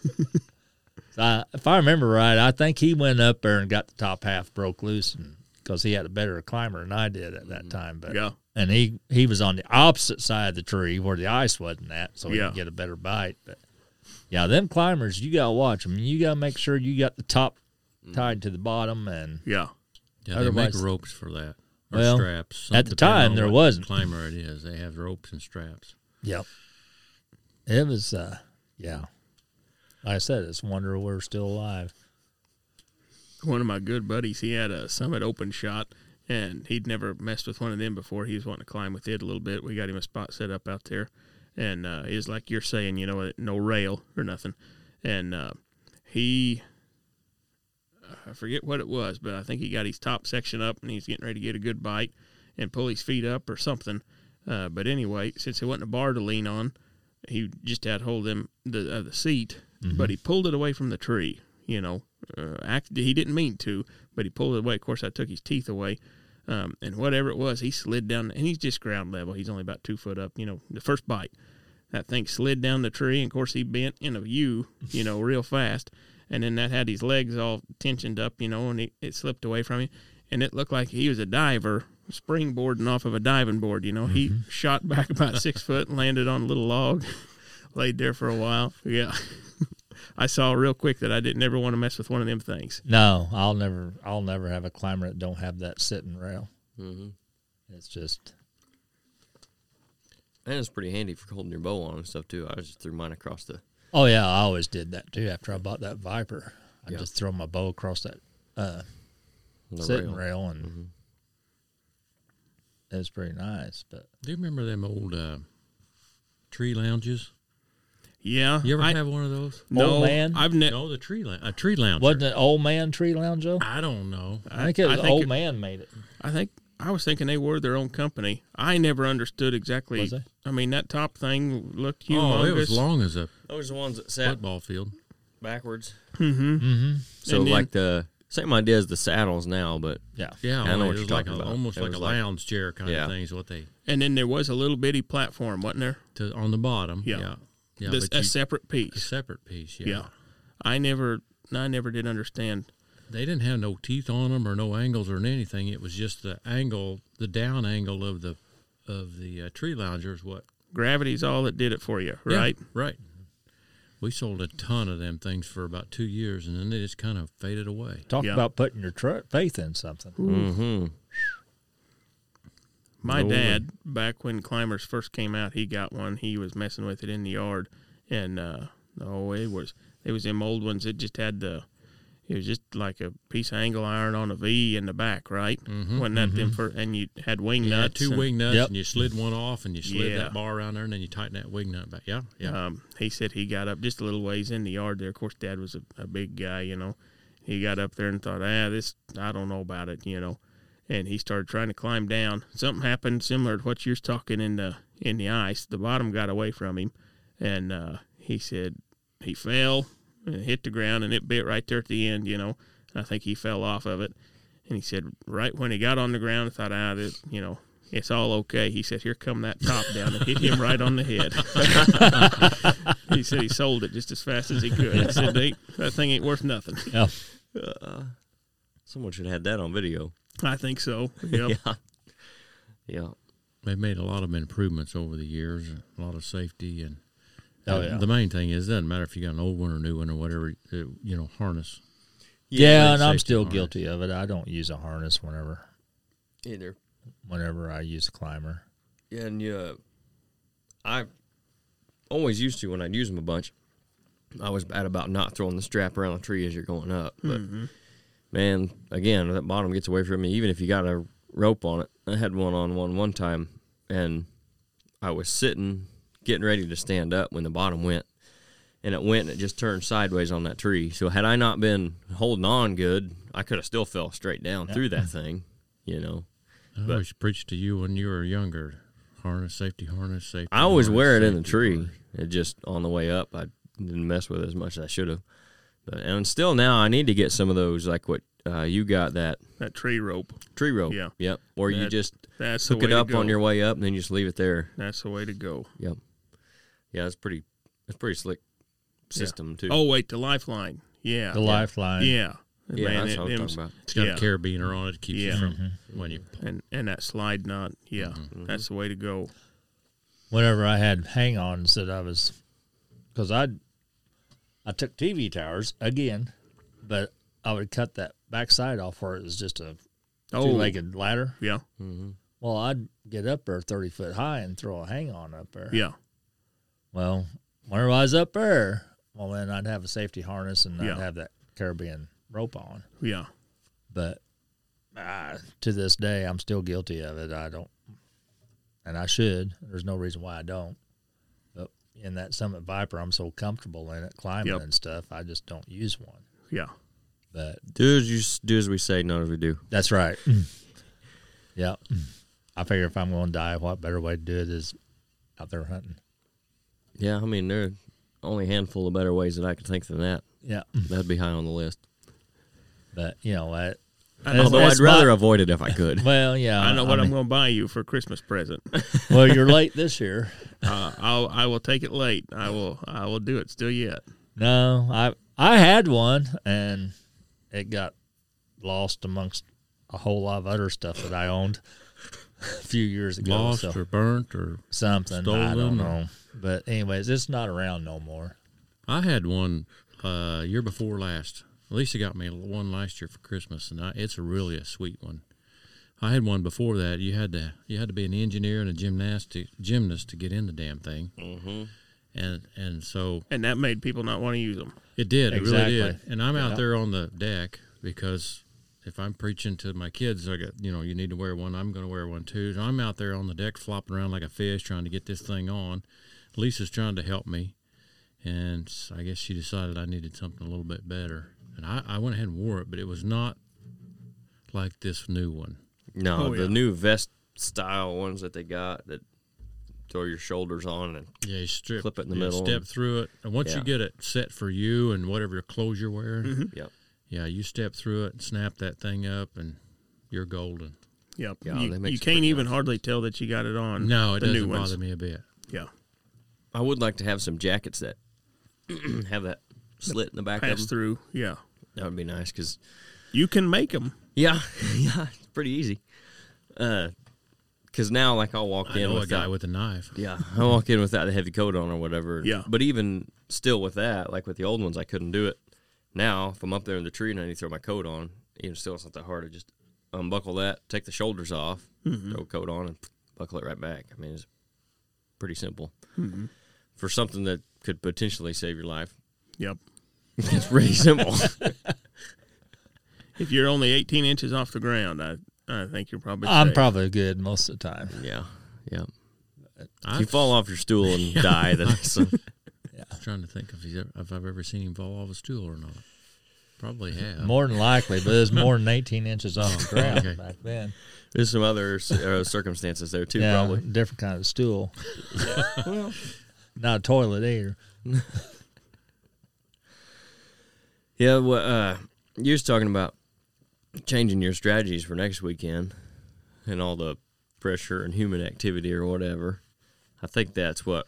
C: so I, if I remember right, I think he went up there and got the top half broke loose and because he had a better climber than I did at that time. But
D: Yeah.
C: and he he was on the opposite side of the tree where the ice wasn't at, so he
D: Yeah.
C: could get a better bite. But yeah, them climbers, you gotta watch them. You gotta make sure you got the top
A: Mm.
C: tied to the bottom, and
D: Yeah.
B: Yeah, they make
C: Otherwise-
B: ropes for that or
C: Well,
B: straps.
C: at the
B: Depending on
C: time, there
B: what
C: wasn't.
B: climber. It is they have ropes and straps.
C: yep, it was. uh Yeah, like I said, it's a wonder we're still alive.
D: One of my good buddies, he had a summit open shot, and he'd never messed with one of them before. He was wanting to climb with it a little bit. We got him a spot set up out there, and uh, it was like you're saying, you know, no rail or nothing. And uh, he, I forget what it was, but I think he got his top section up, and he's getting ready to get a good bite and pull his feet up or something. Uh, but anyway, since it wasn't a bar to lean on, he just had hold of them the of the seat, but he pulled it away from the tree. You know, uh, act, he didn't mean to, but he pulled it away. Of course, I took his teeth away, um, and whatever it was, he slid down, and he's just ground level. He's only about two foot up. You know, the first bite, that thing slid down the tree. And of course, he bent in a U, you know, real fast, and then that had his legs all tensioned up, you know, and he, it slipped away from him, and it looked like he was a diver springboarding off of a diving board. You know, he
C: Mm-hmm.
D: shot back about six foot and landed on a little log laid there for a while. Yeah. I saw real quick that I didn't ever want to mess with one of them things.
C: No, I'll never, I'll never have a climber that don't have that sitting rail.
A: Mm-hmm.
C: It's just
A: And it's pretty handy for holding your bow on and stuff too. I just threw mine across the.
C: Oh yeah, I always did that too. After I bought that Viper, I
A: Yeah.
C: just throw my bow across that uh,
A: the
C: sitting
A: rail.
C: rail, and it was pretty nice. But
B: Do you remember them old uh, tree lounges?
D: Yeah.
B: You ever
D: I,
B: have one of those?
D: no,
C: Old man?
D: I've never.
B: No, the tree lounge. A tree lounge.
C: wasn't it old man tree lounge though?
B: I don't know.
C: I think it was
D: I think
C: old
D: it-
C: man made it.
D: I think I was thinking they were their own company. I never understood exactly.
C: Was they?
D: I mean, that top thing looked humongous.
B: Oh, it was long as a
A: Those are the ones that sat
B: football field.
A: backwards.
C: Mm-hmm.
A: So
D: And then-
A: like the same idea as the saddles now, but
C: Yeah.
B: Yeah,
A: I know
B: only
A: what
B: it
A: you're
B: was like
A: talking
B: a,
A: about.
B: almost
A: It
B: like a
A: was like-
B: lounge chair kind
A: Yeah.
B: of thing. Is what they
D: And then there was a little bitty platform, wasn't there?
B: to, on the bottom.
D: Yeah.
B: yeah, yeah,
D: This-
B: but
D: a
B: you-
D: separate
B: a
D: piece.
B: separate piece.
D: Yeah. I never, I never did understand.
B: they didn't have no teeth on them or no angles or anything. It was just the angle, the down angle of the of the uh, tree loungers. What?
D: Gravity's all that did it for you,
B: Yeah,
D: right?
B: right. We sold a ton of them things for about two years, and then they just kind of faded away.
C: Talk
D: Yeah.
C: about putting your tr- faith in something.
A: mm-hmm.
D: My
A: Rolling.
D: dad, back when climbers first came out, he got one. He was messing with it in the yard, and uh, oh, it was it was them old ones. It just had the it was just like a piece of angle iron on a V in the back, right?
B: Mhm,
D: Wasn't that them for? And you had wing
B: You had
D: nuts.
B: two
D: and,
B: wing nuts,
C: Yep.
B: and you slid one off, and you slid
D: Yeah.
B: that bar around there, and then you tighten that wing nut back. Yeah, yeah.
D: Um, he said he got up just a little ways in the yard there. Of course, Dad was a, a big guy, you know. He got up there and thought, ah, this, I don't know about it, you know. And he started trying to climb down. Something happened similar to what you're talking in the in the ice. The bottom got away from him, and uh, he said he fell and hit the ground, and it bit right there at the end, you know. And I think he fell off of it. And he said right when he got on the ground, thought, ah, this, you know, it's all okay. He said, here come that top down and hit him right on the head. he said he sold it just as fast as he could. He said they, that thing ain't worth nothing.
C: Yeah.
A: Someone should have had that on video.
D: I think so. Yep.
A: Yeah. Yeah.
B: They've made a lot of improvements over the years, a lot of safety, and
C: Oh yeah.
B: the main thing is it doesn't matter if you got an old one or new one or whatever, it, you know, harness.
C: yeah,
B: great
C: and I'm
B: safety
C: still
B: harness.
C: guilty of it. I don't use a harness whenever
A: Either.
C: whenever I use a climber.
A: Yeah, and yeah, I always used to when I'd use them a bunch. I was bad about not throwing the strap around the tree as you're going up, but man, again, that bottom gets away from me. Even if you got a rope on it, I had one on one one time, and I was sitting, getting ready to stand up when the bottom went, and it went and it just turned sideways on that tree. So had I not been holding on good, I could have still fell straight down through that thing, you know.
B: I always preached to you when you were younger, harness, safety harness, safety.
A: I always
B: harness,
A: wear it in the
B: safety
A: tree.
B: harness.
A: It just on the way up, I didn't mess with it as much as I should have. But and still now, I need to get some of those like what uh, you got that
D: That tree rope.
A: tree rope.
D: Yeah.
A: Yep. Or you
D: That-
A: just
D: That's
A: hook
D: the way
A: it up
D: to go.
A: on your way up and then you just leave it there.
D: That's the way to go.
A: Yep. Yeah, it's pretty. It's pretty slick system too.
D: Oh wait, the lifeline. Yeah.
C: The lifeline.
D: Yeah.
A: Yeah,
D: Man,
A: that's
D: it-
A: what I'm
D: them-
A: talking about.
B: It's got
D: Yeah.
B: a carabiner on it. It keeps
D: Yeah.
B: you from
A: Mm-hmm.
B: when you.
D: and and that slide knot. Yeah, that's the way to go.
C: whenever I had hang ons that I was, because I, I took TV towers again, but I would cut that backside off where it was just a
D: Oh.
C: legged ladder.
D: Yeah,
C: Well, I'd get up there thirty foot high and throw a hang on up there.
D: yeah,
C: Well, whenever I was up there, well then I'd have a safety harness and
D: Yeah.
C: I'd have that Caribbean rope on.
D: yeah.
C: But ah, to this day, I'm still guilty of it. I don't, and I should. There's no reason why I don't. But in that Summit Viper, I'm so comfortable in it, climbing
D: Yep.
C: and stuff. I just don't use one.
D: Yeah.
C: But
A: Do as you s- do as we say, not as we do.
C: that's right. yep. I figure if I'm going to die, what better way to do it is out there hunting.
A: Yeah, I mean there are only a handful of better ways that I could think than that.
C: Yeah.
A: That'd be high on the list.
C: But you know what?
A: Although
C: That's
A: I'd rather
C: my-
A: avoid it if I could.
C: Well, yeah.
D: I know what I am
C: mean-
D: going to buy you for Christmas present.
C: Well, you're late this year.
D: uh, I'll, I will take it late. I will. I will do it. Still yet.
C: No, I I had one and it got lost amongst a whole lot of other stuff that I owned a few years ago.
B: Lost
C: so
B: or burnt or
C: something I don't
B: stolen or-
C: know. But anyways, it's not around no more.
B: I had one uh, year before last. Lisa got me one last year for Christmas, and I, it's really a sweet one. I had one before that. You had to you had to be an engineer and a gymnastic gymnast to get in the damn thing, mm-hmm. and and so
D: And that made people not want to use them.
B: it did. It really
C: Exactly.
B: did. And I'm
C: Yeah.
B: out there on the deck because if I'm preaching to my kids, I got you know you need to wear one. I'm going to wear one too. So I'm out there on the deck flopping around like a fish trying to get this thing on. Lisa's trying to help me, and s- I guess she decided I needed something a little bit better. And I, I went ahead and wore it, but it was not like this new one.
A: No,
D: Oh,
A: the
D: yeah.
A: new vest style ones that they got that throw your shoulders on and
B: Yeah, you strip,
A: Clip it in the
B: yeah,
A: middle
B: step
A: and-
B: through it, and once
A: Yeah.
B: you get it set for you and whatever clothes you're wearing,
A: yep.
B: yeah, you step through it and snap that thing up, and you're golden.
D: Yep.
A: Yeah,
D: you
A: that makes
D: you
A: it
D: can't
A: pretty
D: even hardly tell that you got it on.
B: No, it
D: the
B: doesn't
D: new
B: bother
D: ones.
B: me a bit.
D: Yeah.
A: I would like to have some jackets that have that slit in the back of
D: Pass
A: them.
D: through. Yeah.
A: That would be nice because
D: You can make them.
A: yeah, yeah, it's pretty easy. Uh, because now like I'll walk
B: I
A: in
B: know a
A: with
B: guy
A: that.
B: with a knife.
A: yeah, I walk in without the heavy coat on or whatever.
D: Yeah.
A: But even still with that, like with the old ones, I couldn't do it. Now, if I'm up there in the tree and I need to throw my coat on, even still, it's not that hard to just unbuckle that, take the shoulders off, throw a coat on, and buckle it right back. I mean, it's pretty simple for something that could potentially save your life.
D: Yep.
A: It's pretty simple.
D: If you're only 18 inches off the ground, I I think you're probably.
C: I'm
D: safe.
C: probably good most of the time.
A: yeah, yeah. If you
B: I'm
A: fall off your stool and die, then it's a-
B: trying to think if, he's ever, if I've ever seen him fall off a stool or not. Probably have.
C: More than likely, but it's more than 18 inches off the ground
B: Okay.
C: back then.
A: there's some other uh, circumstances there too,
C: yeah,
A: probably.
C: different kind of stool. Not a toilet either.
A: Yeah, well, uh, you was talking about changing your strategies for next weekend and all the pressure and human activity or whatever. I think that's what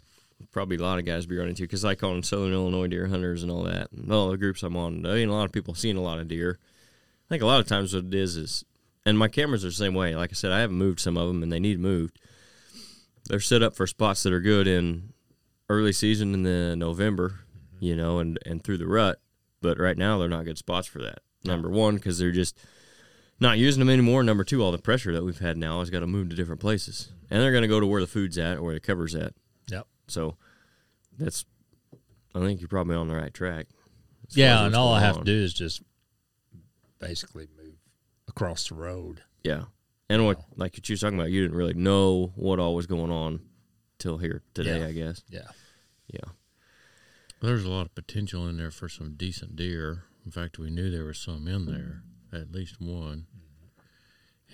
A: probably a lot of guys be running into because, like on Southern Illinois deer hunters and all that, and all the groups I'm on, there ain't a lot of people seeing a lot of deer. I think a lot of times what it is is, and my cameras are the same way. Like I said, I haven't moved some of them, and they need moved. They're set up for spots that are good in early season in the November,
C: Mm-hmm.
A: you know, and and through the rut. But right now, they're not good spots for that. Number one, because they're just not using them anymore. Number two, all the pressure that we've had now has got to move to different places,
C: Mm-hmm.
A: and they're going to go to where the food's at or where the cover's at.
C: Yep.
A: So that's, I think you're probably on the right track. as far as
C: Yeah,
A: what's
C: and all I
A: going
C: have
A: on.
C: to do is just basically move across the road.
A: Yeah. And what, like you was talking about, you didn't really know what all was going on till here today,
C: Yeah.
A: I guess.
C: Yeah.
A: Yeah.
B: There's a lot of potential in there for some decent deer. In fact, we knew there was some in there, at least one.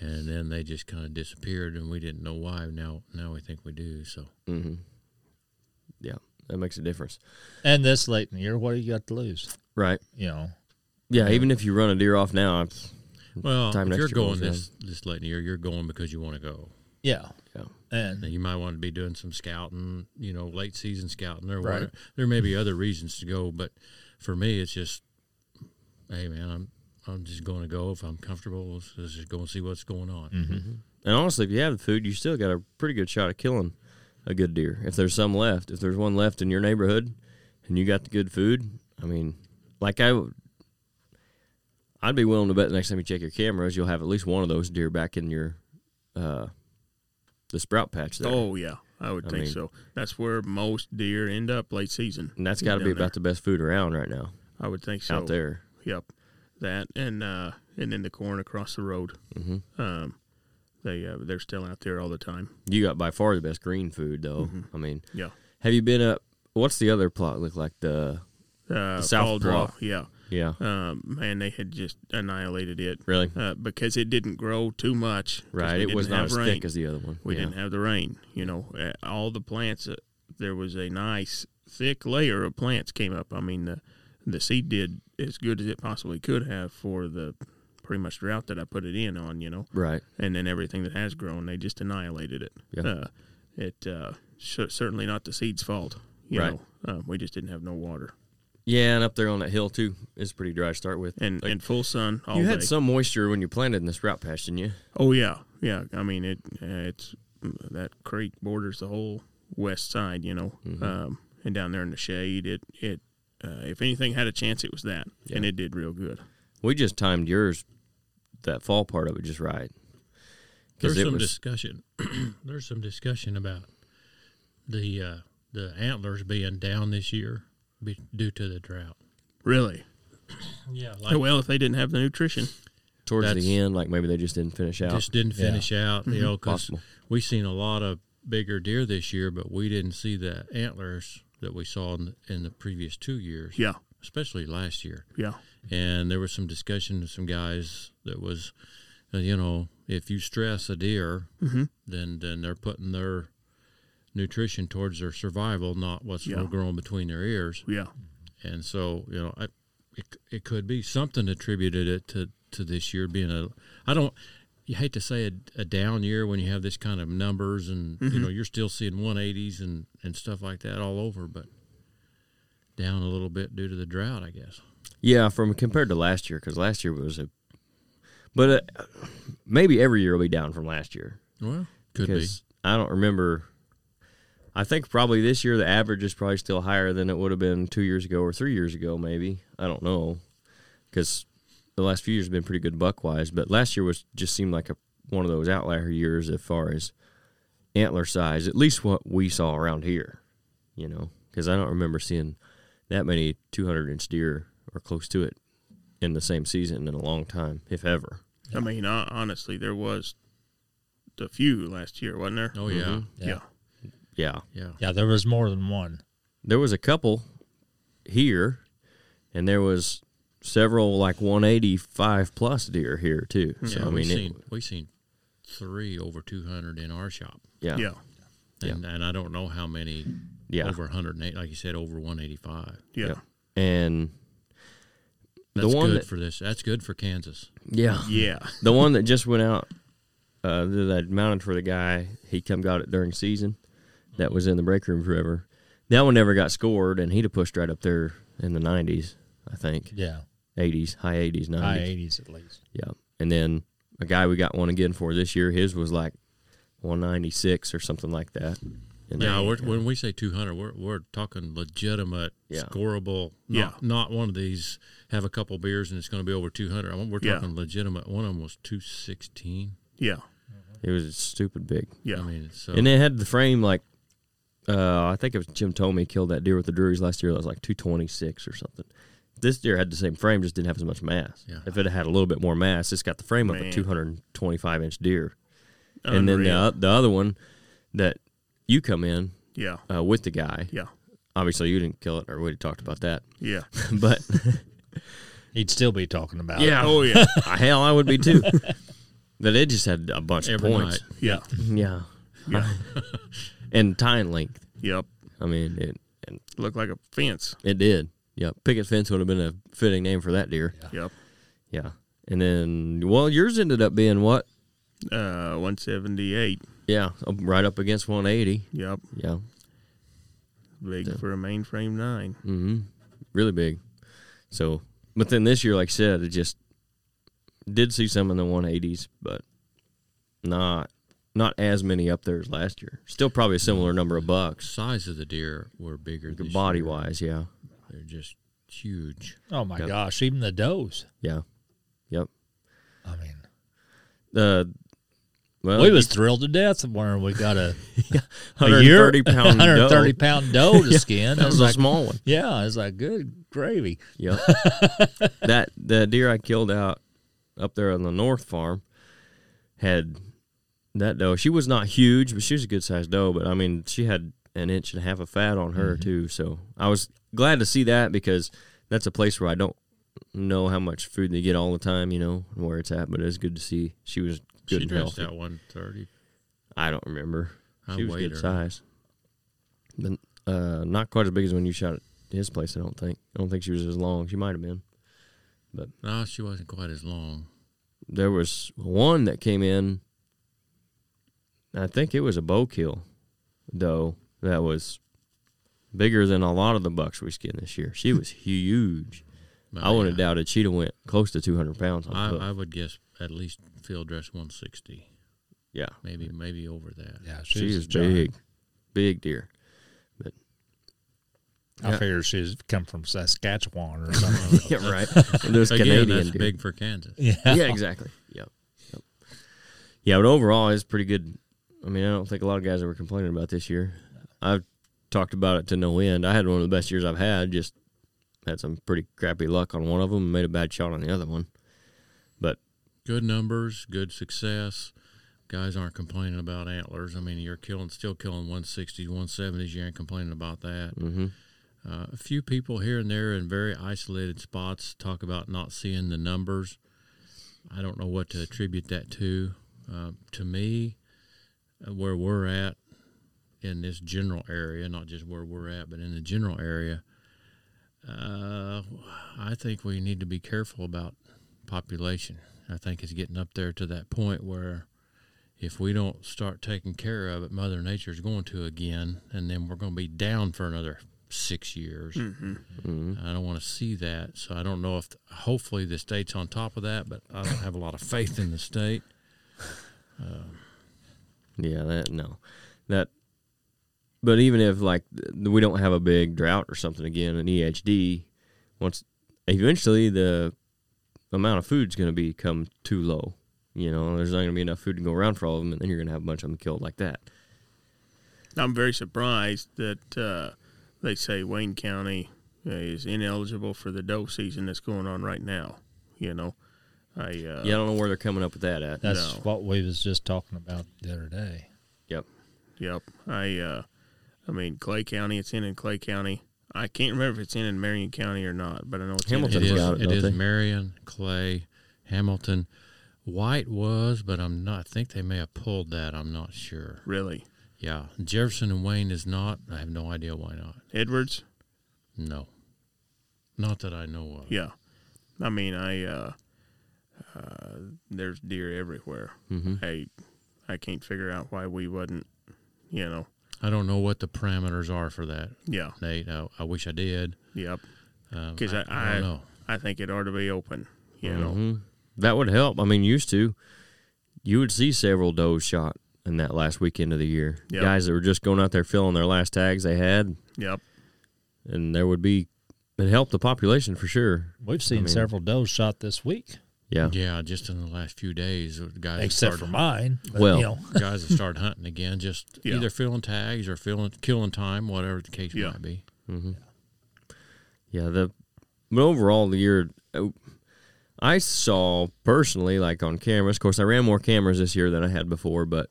B: And then they just kind of disappeared, and we didn't know why. Now, now we think we do. So
A: Yeah. That makes a difference.
C: And this late in the year, what do you got to lose?
A: Right.
C: You know,
A: Yeah. Even if you run a deer off now, I'm-
B: Well,
A: Time
B: if
A: next
B: you're
A: year rolls
B: going this this late in the year, you're going because you want to go.
C: yeah,
A: yeah.
B: Now,
C: and
B: you might want to be doing some scouting, you know, late season scouting or
C: Right.
B: whatever. There may be other reasons to go, but for me, it's just, hey man, I'm I'm just going to go if I'm comfortable. Let's let's just go and see what's going on.
A: Mm-hmm. And honestly, if you have the food, you still got a pretty good shot of killing a good deer. If there's some left, if there's one left in your neighborhood, and you got the good food, I mean, like I, would- I'd be willing to bet the next time you check your cameras, you'll have at least one of those deer back in your, uh, the sprout patch there.
D: Oh yeah, I would
A: I
D: think
A: mean-
D: so. That's where most deer end up late season.
A: and that's got to
D: Down
A: be
D: there.
A: about the best food around right now
D: I would think so.
A: out there.
D: Yep. That and uh and then the corn across the road.
A: Mhm.
D: Um, they uh, they're still out there all the time.
A: You got by far the best green food though. I mean,
D: Mm-hmm. Yeah.
A: have you been up? What's the other plot look like? The
D: Uh,
A: south
D: Caldwell,
A: block.
D: Yeah.
A: yeah,
D: Um, man, they had just annihilated it
A: really
D: uh, because it didn't grow too much. 'cause
A: right.
D: we
A: It was
D: didn't
A: not
D: have
A: as
D: rain.
A: thick as the other one.
D: we
A: Yeah.
D: didn't have the rain. You know, Uh, all the plants. Uh, there was a nice thick layer of plants came up. I mean, the the seed did as good as it possibly could have for the pretty much drought that I put it in on. You know,
A: right.
D: and then everything that has grown, they just annihilated it.
A: Yeah.
D: Uh, it uh, cer- certainly not the seed's fault. You
A: Right.
D: know, uh, we just didn't have no water
A: Yeah, and up there on that hill too is pretty dry to start with.
D: and
A: Like,
D: and full sun all
A: you
D: day.
A: had some moisture when you planted in the sprout patch, didn't you?
D: oh yeah, yeah. I mean it. uh, It's that creek borders the whole west side. You know, um, and down there in the shade, it it. Uh, if anything had a chance, it was that, and it did real good.
A: We just timed yours, that fall part of it, just right. Because
B: There's
A: it
B: some
A: was
B: discussion. there's some discussion about the uh, the antlers being down this year be, due to the drought.
D: Really?
B: Yeah, like
D: Oh, well, if they didn't have the nutrition,
A: towards
B: that's-
A: the end, like maybe they just didn't finish out.
B: just didn't
C: Yeah.
B: finish out. You know, 'cause
A: Mm-hmm. Possible.
B: we seen a lot of bigger deer this year, but we didn't see the antlers that we saw in the, in the previous two years,
D: yeah,
B: especially last year.
D: yeah,
B: and there was some discussion with some guys that was, uh, you know, if you stress a deer, then then they're putting their nutrition towards their survival, not what's
D: Yeah.
B: growing between their ears.
D: yeah,
B: And so, you know, I, it it could be something attributed it to to this year being a. I don't. You hate to say a, a down year when you have this kind of numbers, and you
A: Mm-hmm.
B: know you're still seeing 180s and and stuff like that all over, but down a little bit due to the drought, I guess.
A: Yeah, from compared to last year, because last year was a. But uh, maybe every year will be down from last year.
B: Well, could be.
A: Because I don't remember. I think probably this year the average is probably still higher than it would have been two years ago or three years ago, maybe. I don't know. Because the last few years have been pretty good buck wise, but last year was just seemed like a, one of those outlier years as far as antler size, at least what we saw around here, you know, because I don't remember seeing that many 200 inch deer or close to it in the same season in a long time, if ever.
D: I mean, hon- honestly, there was a few last year, wasn't there?
B: Oh yeah,
A: mm-hmm.
C: Yeah.
D: yeah.
A: Yeah.
B: yeah.
C: Yeah, there was more than one.
A: there was a couple here and there was several like 185 plus deer here too so i
B: we
A: mean it-
B: seen we seen three over two hundred in our shop,
A: yeah
D: Yeah,
B: and and I don't know how many
A: Yeah.
B: over hundred and eight, like you said, over one eighty five.
D: yeah,
A: Yeah. and
B: That's
A: one
B: good
A: that-
B: for this. That's good for Kansas.
A: yeah
D: yeah,
A: the one that just went out uh, that I mounted for the guy he come got it during season that was in the break room forever that one never got scored and he'd have pushed right up there in the 90s i think
C: Yeah,
A: 80s high 80s 90s
C: high eighties at least.
A: Yeah. And then a guy we got one again for this year, his was like 196 or something like that. And
B: Now,
A: then-
B: we're, when we say two hundred, we're we're talking legitimate,
A: Yeah.
B: scoreable. Not,
D: Yeah.
B: not one of these have a couple beers and it's going to be over two hundred. I mean, we're
D: Yeah.
B: talking legitimate. One of them was two sixteen.
D: yeah,
A: it was stupid big.
D: yeah.
B: I mean, it's so
A: And it had the frame like, uh, I think it was Jim Tomey killed that deer with the Drury's last year. That was like 226 or something. This deer had the same frame, just didn't have as much mass.
B: Yeah.
A: If it had a little bit more mass, it's got the frame of a
D: Man.
A: 225 inch deer. And then the,
D: Unreal.
A: o- the other one that you come in
D: yeah,
A: uh, with the guy.
D: yeah,
A: Obviously, you didn't kill it, or we'd have talked about that.
D: yeah,
A: but
C: He'd still be talking about it.
A: yeah,
D: oh yeah,
A: Uh, Hell, I would be too. but it just had a bunch
B: every
A: of points.
B: night.
D: yeah,
A: Yeah.
D: yeah,
A: And time length.
D: yep.
A: I mean, it and
D: Looked like a fence.
A: it did. Yeah. Picket fence would have been a fitting name for that deer. Yeah.
D: Yep.
A: And then, well, yours ended up being what?
D: Uh, one seventy eight.
A: Yeah, up- right up against 180.
D: Yep,
A: Yeah.
D: big for a mainframe nine.
A: Mm-hmm. Really big. So, but then this year, like I said, it just Did see some in the 180s, but not not as many up there as last year. Still probably a similar number of bucks,
B: Size of the deer were bigger. this
A: body
B: year.
A: wise. Yeah,
B: they're just huge.
C: Oh my
A: Yep.
C: gosh, even the does.
A: yeah, yep.
C: I mean,
A: Uh, well,
C: we was thrilled to death when we got a, a
A: 130
C: year,
A: pound
C: 130
A: doe.
C: pound doe to skin.
A: That was a
C: like,
A: small one.
C: yeah, I was like, good gravy.
A: Yep. that the deer I killed out up there on the north farm had that doe. She was not huge, but she was a good sized doe. But I mean, she had an inch and a half of fat on
C: Mm-hmm.
A: her too. So I was glad to see that because that's a place where I don't know how much food they get all the time, you know, and where it's at. But it's good to see she was good
B: she
A: and
B: dressed
A: healthy.
B: out 130.
A: I don't remember.
B: I
A: she was
B: weighed
A: good
B: her.
A: size. But, uh, not quite as big as when you shot at his place. I don't think. I don't think she was as long. She might have been.
B: No, she wasn't quite as long.
A: there was one that came in. I think it was a bow kill, though. That was bigger than a lot of the bucks we skinned this year. She was huge. I
B: Oh,
A: wouldn't
B: yeah.
A: doubt it. She'd have went close to 200 pounds. On the
B: I,
A: hook.
B: I would guess at least field dress 160,
A: yeah,
B: maybe maybe over that.
C: Yeah,
A: she,
C: was
A: was
C: a giant.
A: big, big deer.
C: I
A: Yeah.
C: figured she'd come from Saskatchewan or something.
A: Yeah, right. And those
B: Again,
A: Canadian
B: that's
A: deer.
B: big for Kansas.
C: yeah.
A: yeah, exactly. Yep. yep. Yeah, but overall, it's pretty good. I mean, I don't think a lot of guys were complaining about this year. I've talked about it to no end. I had one of the best years I've had. Just had some pretty crappy luck on one of them, and made a bad shot on the other one. But
B: Good numbers, good success. Guys aren't complaining about antlers. I mean, you're killing, still killing 160s, 170s. You ain't complaining about that.
A: mhm.
B: Uh, a few people here and there in very isolated spots talk about not seeing the numbers. I don't know what to attribute that to. Uh, to me, uh, where we're at in this general area, not just where we're at, but in the general area, uh, I think we need to be careful about population. I think it's getting up there to that point where if we don't start taking care of it, Mother Nature's going to again, and then we're going to be down for another six years.
A: Mm-hmm.
B: I don't want to see that. So I don't know if, hopefully, the state's on top of that, but I don't have a lot of faith in the state.
A: yeah, that no, that. But even if like th- we don't have a big drought or something again, an EHD, once eventually the amount of food's going to become too low. You know, there's not going to be enough food to go around for all of them, and then you're going to have a bunch of them killed like that.
D: I'm very surprised that uh, they say Wayne County uh, is ineligible for the doe season that's going on right now. You know, I uh,
A: yeah, I don't know where they're coming up with that at.
C: That's
D: No.
C: what we was just talking about the other day.
A: yep.
D: Yep. I uh I mean Clay County, it's in in Clay County. I can't remember if it's in in Marion County or not, but I know it's
A: Hamilton.
B: It
D: in
A: Something's
B: is,
A: got it,
B: it
A: don't they?
B: is Marion, Clay, Hamilton. White was, but I'm not. I think they may have pulled that. I'm not sure.
D: really.
B: Yeah. Jefferson and Wayne is not. I have no idea why not.
D: Edwards?
B: No. Not that I know of.
D: Yeah. I mean, I uh uh there's deer everywhere.
A: Mm-hmm.
D: I I can't figure out why we wouldn't, you know.
B: I don't know what the parameters are for that,
D: Yeah.
B: Nate. I, I wish I did.
D: Yep.
B: Um,
D: 'Cause I-
B: I
D: I-
B: don't know.
D: I think it ought to be open, you know.
A: Mhm. That would help. I mean, used to, you would see several does shot in that last weekend of the year.
D: Yep.
A: Guys that were just going out there filling their last tags they had,
D: Yep.
A: and there would be, it helped the population for sure.
C: We've seen
A: mean-
C: several does shot this week,
A: Yeah.
B: Yeah, just in the last few days, the guys have
C: except for
B: started-
C: mine. but,
A: Well,
C: you know,
B: guys have started hunting again. Just
D: Yeah.
B: either filling tags or filling killing time, whatever the case
D: Yeah.
B: might be.
A: Yeah, the but overall the year uh, I saw personally like on cameras. Of course, I ran more cameras this year than I had before, but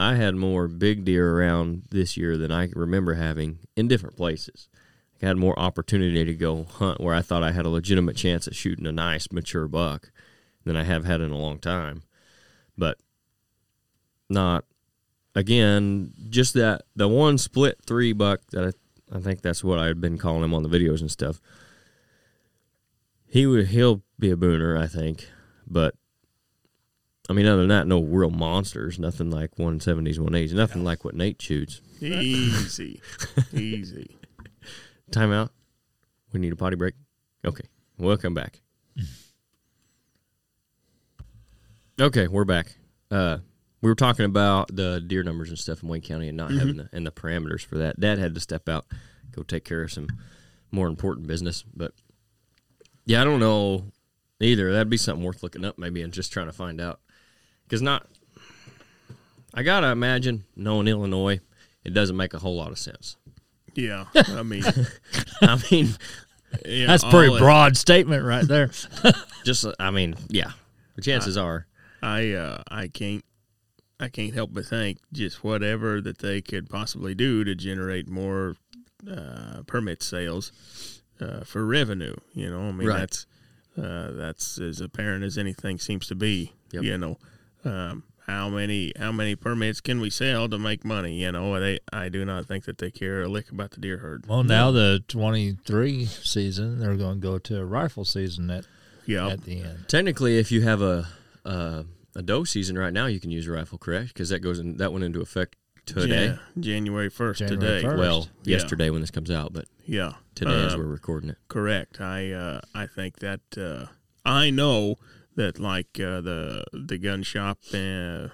A: I had more big deer around this year than I remember having in different places. I had more opportunity to go hunt where I thought I had a legitimate chance at shooting a nice mature buck than I have had in a long time. But not again, just that the one split three buck that I, I think that's what I've been calling him on the videos and stuff. He would he'll be a booner, I think, but I mean, other than that, no real monsters, nothing like 170s, 180s, nothing like what Nate shoots.
D: Easy. Easy.
A: Timeout. We need a potty break. Okay, we'll come back. Okay, we're back. Uh, we were talking about the deer numbers and stuff in Wayne County and not having the, and the parameters for that. Dad had to step out, go take care of some more important business. But yeah, I don't know either. That'd be something worth looking up maybe and just trying to find out. Because not, I gotta imagine knowing Illinois, it doesn't make a whole lot of sense.
D: Yeah, I mean,
A: I mean,
D: yeah,
C: That's a pretty
D: all it-
C: broad statement right there.
A: just I mean, yeah. The chances are,
D: I uh, I can't I can't help but think just whatever that they could possibly do to generate more uh, permit sales uh, for revenue. You know, I mean
A: Right.
D: that's uh, that's as apparent as anything seems to be.
A: Yep.
D: You know, um, how many how many permits can we sell to make money? You know, they I do not think that they care a lick about the deer herd.
C: Well, now the 23 season, they're going to go to a rifle season at,
D: yeah,
C: at the end.
A: technically, if you have a a, a doe season right now, you can use a rifle, correct? Because that goes in, that went into effect today.
D: Jan- January first
C: January
D: today.
C: 1st.
A: Well,
D: Yeah.
A: yesterday when this comes out, but
D: Yeah,
A: today as
D: Um,
A: we're recording it.
D: Correct. I uh, I think that uh, I know that like uh, the the gun shop. Uh,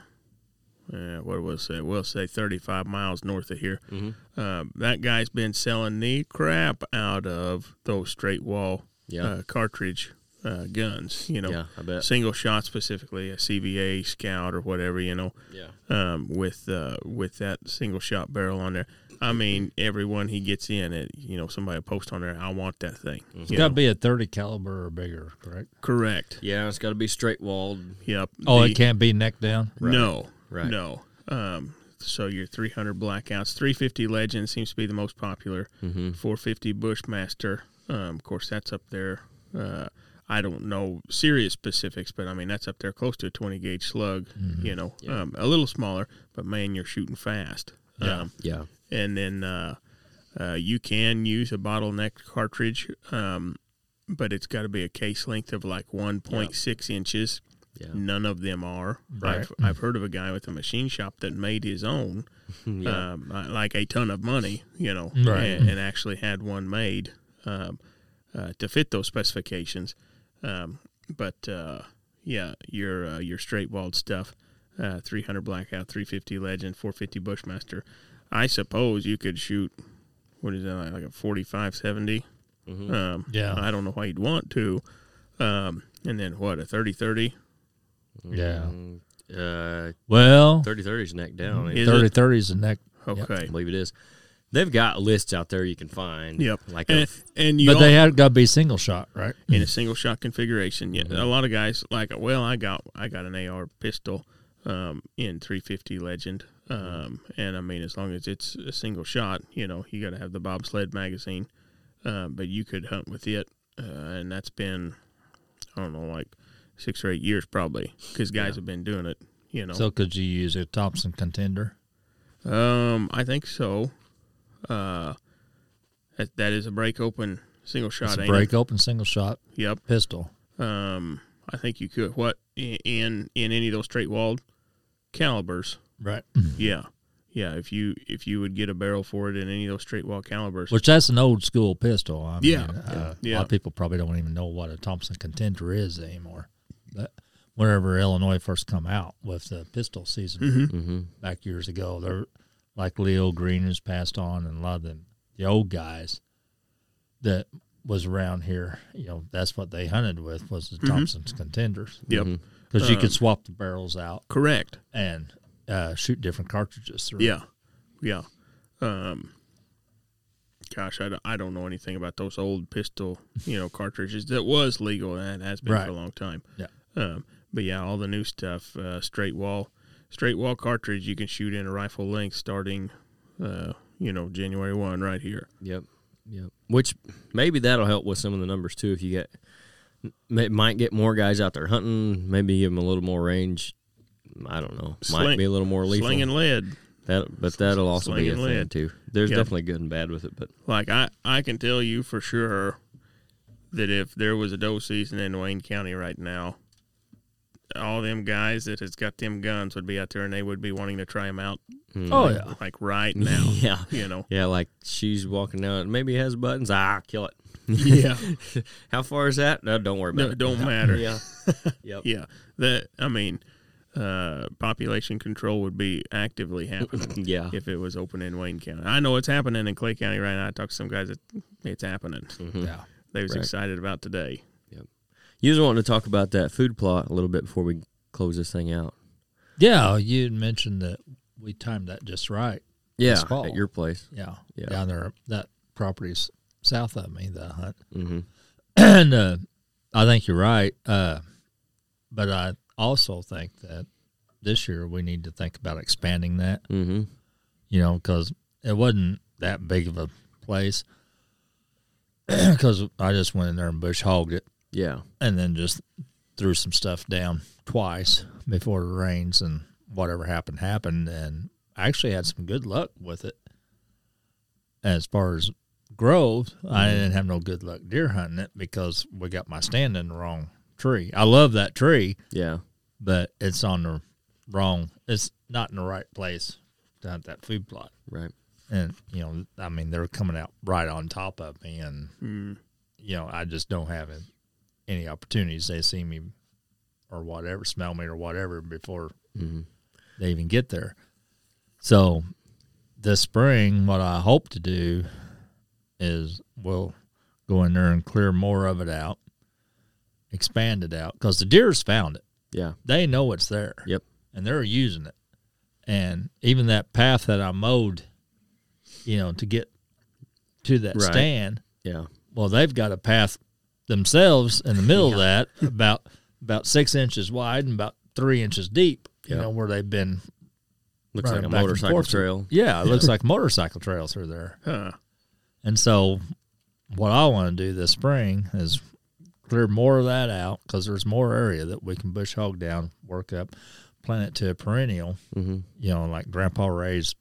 D: uh, what was it? We'll say 35 miles north of here.
A: Mm-hmm.
D: Uh, that guy's been selling the crap out of those straight wall
A: Yeah.
D: uh, cartridge uh, guns. You know,
A: Yeah, I bet.
D: single shot specifically a CVA Scout or whatever. You know,
A: Yeah.
D: um, with uh, with that single shot barrel on there. I mean, everyone he gets in, it you know, somebody will post on there, I want that thing.
C: It's
D: You
C: got to
D: know?
C: be a 30 caliber or bigger, correct?
D: correct.
A: Yeah, it's got to be straight walled.
D: Yep.
C: Oh,
D: The-
C: it can't be neck down.
D: No,
A: Right.
D: No. Um, so your 300 blackouts, 350 Legend seems to be the most popular.
A: Mm-hmm.
D: 450 Bushmaster, um, of course, that's up there. Uh, I don't know serious specifics, but I mean that's up there close to a 20 gauge slug. You know, um, a little smaller, but man, you're shooting fast. Yeah. Um,
A: Yeah.
D: and then uh, uh, you can use a bottleneck cartridge, um, but it's got to be a case length of like 1.6 inches.
A: Yeah.
D: None of them are.
C: Right.
D: I've, I've heard of a guy with a machine shop that made his own,
A: Mm,
D: um, uh, like a ton of money, you know,
C: Right. Mm-hmm.
D: and, and actually had one made um, uh, to fit those specifications. Um, but uh, yeah, your uh, your straight walled stuff, uh, 300 blackout, 350 legend, 450 Bushmaster. I suppose you could shoot what is that like a 45 70 um,
C: Yeah.
D: i don't know why you'd want to um, and then what a 30 30 Mm.
C: Yeah.
A: Uh,
C: Well,
A: 30 30's neck down. ain't it?
D: Is
C: 30
D: it?
C: 30 is a neck.
A: I
D: okay
A: believe it is. They've got lists out there you can find.
D: yep
A: Like
D: and,
A: of-
D: and you
C: But
D: al-
C: they have got to be single shot, right?
D: in a single shot configuration
C: Mm-hmm.
D: yeah a lot of guys like well i got i got an ar pistol um, in 350 legend
C: Mm-hmm.
D: um, and i mean as long as it's a single shot you know you got to have the bobsled magazine uh, but you could hunt with it uh, and that's been i don't know like six or eight years probably because guys have been doing it you know
C: So could you use a Thompson contender?
D: Um, I think so. Uh, that, that is a break open single
C: It's
D: shot.
C: a
D: ain't
C: break open single shot
D: It? Yep.
C: pistol.
D: Um, I think you could what i- in in any of those straight walled calibers.
C: Right.
D: Yeah, yeah. If you if you would get a barrel for it in any of those straight wall calibers.
C: Which that's an old school pistol. I mean,
D: Yeah.
C: uh, A
D: Yeah.
C: lot of people probably don't even know what a Thompson contender is anymore. But whenever Illinois first come out with the pistol season
D: Mm-hmm.
C: back years ago, they're like Leo Green who's passed on and a lot of them, the old guys that was around here, you know, that's what they hunted with was
D: Mm-hmm.
C: the Thompson's contenders.
D: yep.
C: Because
D: Uh,
C: you could swap the barrels out
D: Correct.
C: and uh, shoot different cartridges. through.
D: Yeah, yeah. Um, gosh, I, d- I don't know anything about those old pistol, you know, cartridges that was legal and that has been
C: Right.
D: for a long time.
C: Yeah.
D: Um, but yeah, all the new stuff, uh, straight wall, straight wall cartridge you can shoot in a rifle length starting, uh, you know, January one right here.
A: Yep. Yep. Which maybe that'll help with some of the numbers too. If you get, may, might get more guys out there hunting. Maybe give them a little more range. I don't know. might
D: Sling-
A: be a little more lethal.
D: Slinging lead.
A: that, but that'll also be a
D: slinging
A: thing
D: lead.
A: too. There's
D: Yeah.
A: definitely good and bad with it, but
D: Like I, I can tell you for sure that if there was a doe season in Wayne County right now, all them guys that has got them guns would be out there and they would be wanting to try them out
C: Oh
D: like,
C: yeah.
D: like right now.
A: Yeah.
D: You know,
A: Yeah, like she's walking down. Maybe it has buttons. Ah, kill it.
D: yeah,
A: How far is that? No, don't worry about
D: no,
A: it.
D: don't matter.
A: Yeah. yep.
D: Yeah, that I mean, uh, population control would be actively happening
A: Yeah.
D: if it was open in Wayne County. I know it's happening in Clay County right now. I talked to some guys that it's happening.
C: Yeah.
D: They was
A: Mm-hmm. Right.
D: excited about today.
A: You just wanted to talk about that food plot a little bit before we close this thing out.
C: Yeah. You had mentioned that we timed that just right.
A: Yeah.
C: fall.
A: At your place.
C: Yeah.
A: Yeah.
C: Down there, that property's south of me, the hunt.
A: Mm-hmm.
C: and uh, I think you're right. Uh, but I also think that this year we need to think about expanding that,
A: Mm-hmm.
C: you know, because it wasn't that big of a place. Because I just went in there and bush hogged it
A: Yeah.
C: and then just threw some stuff down twice before the rains and whatever happened happened and I actually had some good luck with it as far as growth i didn't have no good luck deer hunting it because we got my stand in the wrong tree i love that tree
A: Yeah.
C: but it's on the wrong it's not in the right place to hunt that food plot
A: Right.
C: and you know i mean they're coming out right on top of me and
D: Mm.
C: you know, I just don't have an- any opportunities. They see me or whatever, smell me or whatever before
A: Mm-hmm.
C: they even get there. So this spring, what I hope to do is we'll go in there and clear more of it out, expand it out because the deer's found it.
A: Yeah.
C: They know it's there.
A: Yep.
C: And they're using it. And even that path that I mowed, you know, to get to that
A: Right.
C: stand,
A: Yeah.
C: well, they've got a path themselves in the middle of that, about about six inches wide and about three inches deep. You
A: Yeah.
C: know where they've been.
A: Looks
C: Right,
A: like a
C: back and
A: motorcycle
C: forth.
A: trail.
C: Yeah, it looks like motorcycle trails are there.
D: Huh.
C: And so, what I want to do this spring is clear more of that out because there's more area that we can bush hog down, work up, plant it to a perennial.
A: Mm-hmm.
C: You know, like Grandpa Ray's.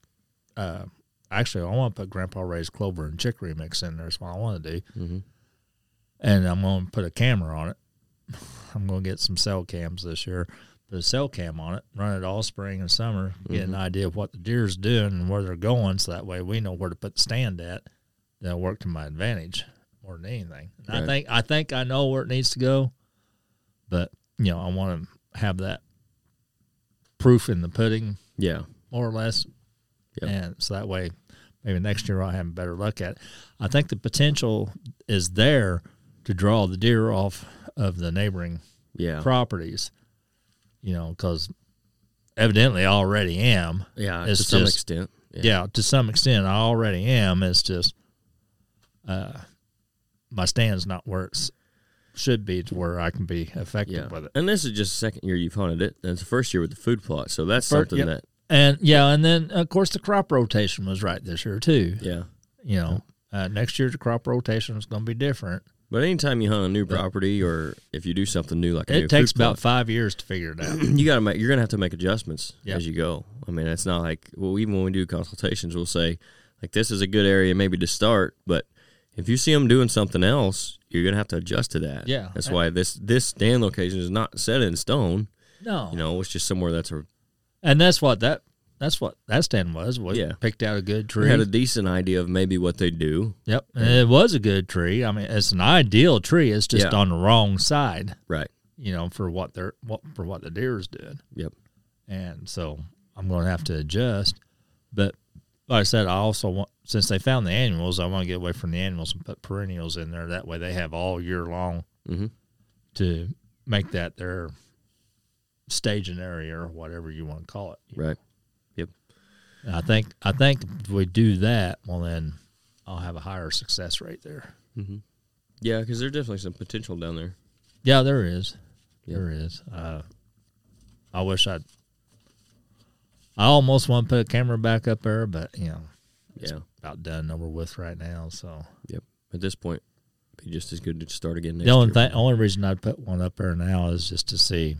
C: Uh, actually, I want to put Grandpa Ray's clover and chicory mix in there. Is what I want to do.
A: Mm-hmm.
C: and I'm going to put a camera on it. I'm going to get some cell cams this year, put a cell cam on it, run it all spring and summer, get
A: Mm-hmm.
C: an idea of what the deer's doing and where they're going, so that way we know where to put the stand at. That'll work to my advantage more than anything. And I
A: Right.
C: think I think I know where it needs to go, but you know I want to have that proof in the pudding
A: Yeah.
C: more or less.
A: Yep.
C: And so that way, maybe next year I'll have better luck at it. I think the potential is there to draw the deer off of the neighboring
A: Yeah.
C: properties, you know, because evidently I already am.
A: yeah.
C: It's
A: to some
C: just-
A: extent. Yeah.
C: Yeah. to some extent, I already am. It's just uh, my stand's not where it's should be to where I can be effective
A: Yeah.
C: with it.
A: And this is just the second year you've hunted it. And it's the first year with the food plot. So that's
C: Fir-
A: something
C: yep.
A: that,
C: And yeah, and then of course the crop rotation was right this year too.
A: yeah.
C: you know uh, next year the crop rotation is going to be different
A: But anytime you hunt a new property or if you do something new, like a new
C: it takes
A: food plot,
C: about five years to figure it out
A: you gotta make you're gonna have to make adjustments
C: Yeah.
A: as you go. I mean, it's not like well, even when we do consultations, we'll say like this is a good area maybe to start, but if you see them doing something else, you're gonna have to adjust to that.
C: Yeah.
A: that's why this this stand location is not set in stone.
C: no
A: You know, it's just somewhere that's a
C: and that's what that that's what that stand was we
A: Yeah.
C: picked out a good
A: we
C: tree
A: had a decent idea of maybe what they do.
C: yep and it was a good tree i mean it's an ideal tree it's just
A: Yeah.
C: on the wrong side
A: Right.
C: you know for what they're what for what the deer is doing
A: Yep.
C: and so i'm going to have to adjust but like i said i also want since they found the annuals i want to get away from the annuals and put perennials in there that way they have all year long
A: hmm
C: to make that their staging area or whatever you want to call it.
A: Right.
C: And I think I think if we do that, well then I'll have a higher success rate there.
A: Yeah, because there's definitely some potential down there.
C: Yeah, there is.
A: Yep.
C: There is. Uh, I wish I'd I almost want to put a camera back up there, but you know,
A: Yeah.
C: about done over with right now. So
A: Yep. At this point, it'd be just as good to start again next
C: the only
A: year.
C: thing, only reason I'd put one up there now is just to see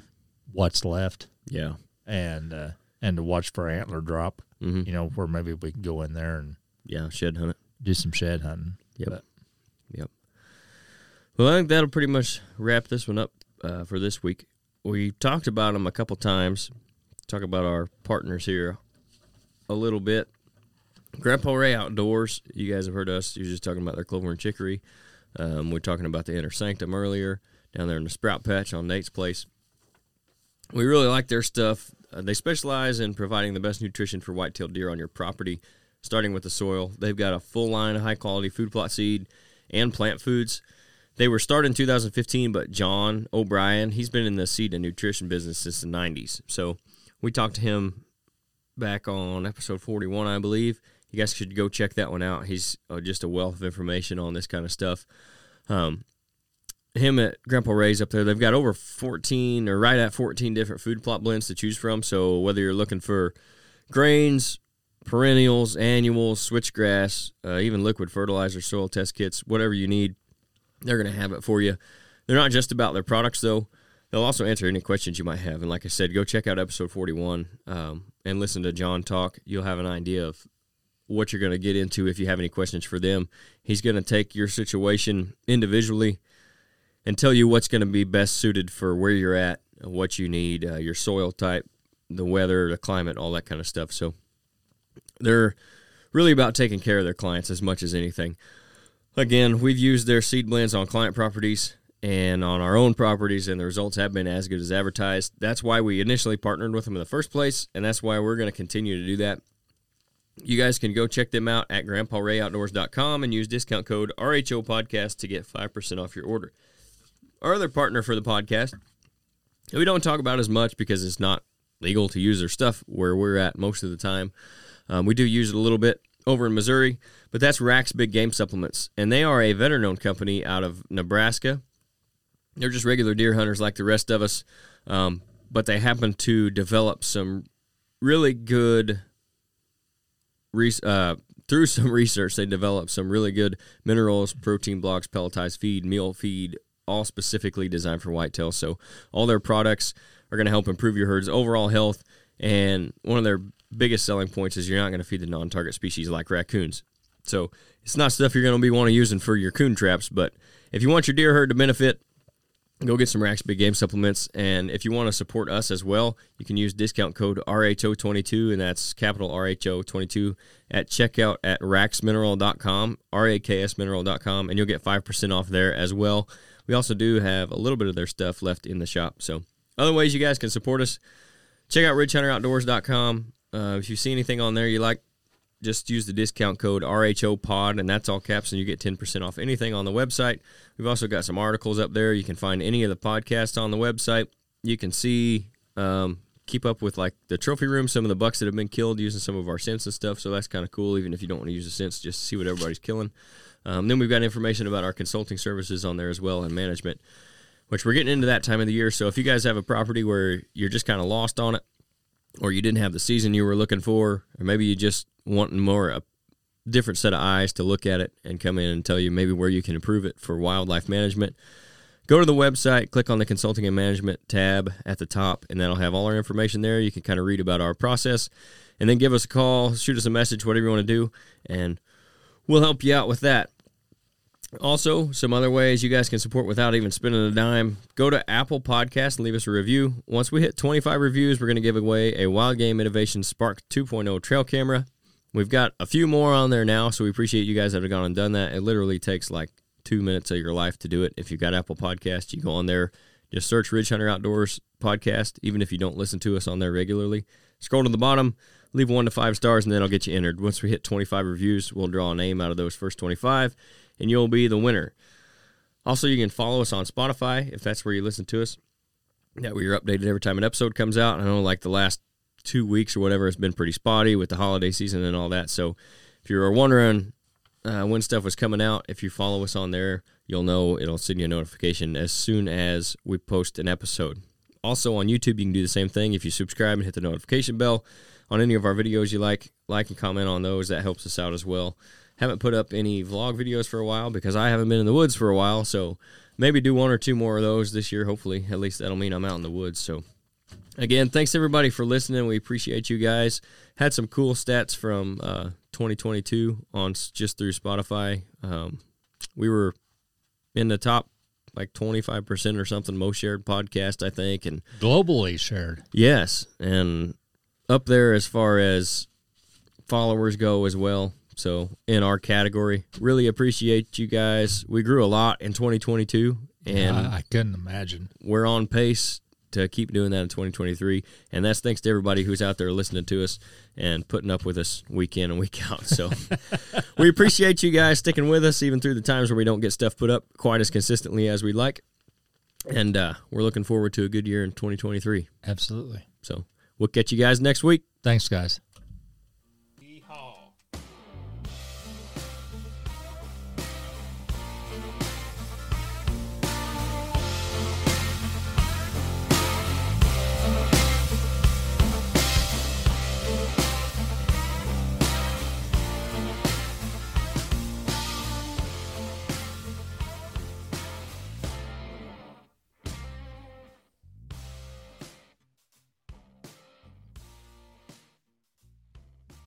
C: what's left
A: yeah.
C: and uh, and to watch for antler drop.
A: hmm
C: you know, where maybe we can go in there and
A: Yeah. Shed hunt it.
C: do some shed hunting.
A: Yep.
C: But-
A: Yep. Well, I think that'll pretty much wrap this one up uh, for this week. we talked about them a couple times. Talk about our partners here a little bit. Grandpa Ray Outdoors, you guys have heard us. You're just talking about their clover and chicory. Um, we are talking about the inner sanctum earlier down there in the sprout patch on Nate's place. We really like their stuff. Uh, they specialize in providing the best nutrition for white-tailed deer on your property, starting with the soil. They've got a full line of high-quality food plot seed and plant foods. They were started in 2015, but John O'Brien, he's been in the seed and nutrition business since the 90s. So we talked to him back on episode 41, I believe. You guys should go check that one out. He's uh, just a wealth of information on this kind of stuff. Um, him at Grandpa Ray's up there, they've got over 14 or right at 14 different food plot blends to choose from. So whether you're looking for grains, perennials, annuals, switchgrass, uh, even liquid fertilizer, soil test kits, whatever you need, they're going to have it for you. They're not just about their products, though. They'll also answer any questions you might have. And like I said, go check out episode 41 um, and listen to John talk. You'll have an idea of what you're going to get into if you have any questions for them. He's going to take your situation individually and tell you what's going to be best suited for where you're at, what you need, uh, your soil type, the weather, the climate, all that kind of stuff. So they're really about taking care of their clients as much as anything. Again, we've used their seed blends on client properties and on our own properties, and the results have been as good as advertised. That's why we initially partnered with them in the first place, and that's why we're going to continue to do that. You guys can go check them out at grandparayoutdoors.com and use discount code RHO Podcast to get 5% off your order. Our other partner for the podcast, that we don't talk about as much because it's not legal to use their stuff where we're at most of the time. Um, we do use it a little bit over in Missouri, but that's Rack's Big Game Supplements, and they are a veteran-owned company out of Nebraska. They're just regular deer hunters like the rest of us, um, but they happen to develop some really good. Re- uh, through some research, they developed some really good minerals, protein blocks, pelletized feed, meal feed, all specifically designed for whitetail. So all their products are going to help improve your herd's overall health. And one of their biggest selling points is you're not going to feed the non-target species like raccoons. So it's not stuff you're going to be wanting using for your coon traps, but if you want your deer herd to benefit, go get some Racks Big Game supplements. And if you want to support us as well, you can use discount code RHO22, and that's capital RHO22 at checkout at racksmineral.com, raksmineral.com, and you'll get 5% off there as well. We also do have a little bit of their stuff left in the shop. So other ways you guys can support us, check out ridgehunteroutdoors.com. Uh, if you see anything on there you like, just use the discount code RHO Pod, and that's all caps, and you get 10% off anything on the website. We've also got some articles up there. You can find any of the podcasts on the website. You can see, um, keep up with like the trophy room, some of the bucks that have been killed using some of our scents and stuff. So that's kind of cool, even if you don't want to use the scents, just see what everybody's killing. Um, then we've got information about our consulting services on there as well and management, which we're getting into that time of the year. So if you guys have a property where you're just kind of lost on it, or you didn't have the season you were looking for, or maybe you just wanting more a different set of eyes to look at it and come in and tell you maybe where you can improve it for wildlife management. Go to the website, click on the consulting and management tab at the top, and that'll have all our information there. You can kind of read about our process and then give us a call, shoot us a message, whatever you want to do, and we'll help you out with that. Also, some other ways you guys can support without even spending a dime. Go to Apple Podcast and leave us a review. Once we hit 25 reviews, we're going to give away a Wild Game Innovation Spark 2.0 trail camera. We've got a few more on there now, so we appreciate you guys that have gone and done that. It literally takes like two minutes of your life to do it. If you've got Apple Podcast, you go on there, just search Ridge Hunter Outdoors Podcast, even if you don't listen to us on there regularly. Scroll to the bottom, leave one to five stars, and then I'll get you entered. Once we hit 25 reviews, we'll draw a name out of those first 25, and you'll be the winner. Also, you can follow us on Spotify if that's where you listen to us. That way, you're updated every time an episode comes out. I know, like the last two weeks or whatever has been pretty spotty with the holiday season and all that. So if you were wondering uh, when stuff was coming out, if you follow us on there, you'll know it'll send you a notification as soon as we post an episode. Also on YouTube, you can do the same thing. If you subscribe and hit the notification bell on any of our videos you like, like and comment on those. That helps us out as well. Haven't put up any vlog videos for a while because I haven't been in the woods for a while. So maybe do one or two more of those this year, hopefully. At least that'll mean I'm out in the woods. So again thanks everybody for listening we appreciate you guys had some cool stats from uh, 2022 on s- just through spotify um, we were in the top like 25% or something most shared podcast, I think. And
C: globally shared.
A: yes, and up there as far as followers go as well. So in our category, really appreciate you guys. We grew a lot in 2022 and
C: I, I couldn't imagine.
A: we're on pace to keep doing that in 2023 and that's thanks to everybody who's out there listening to us and putting up with us week in and week out so we appreciate you guys sticking with us even through the times where we don't get stuff put up quite as consistently as we'd like and uh, we're looking forward to a good year in 2023
C: Absolutely.
A: so we'll catch you guys next week
C: Thanks, guys.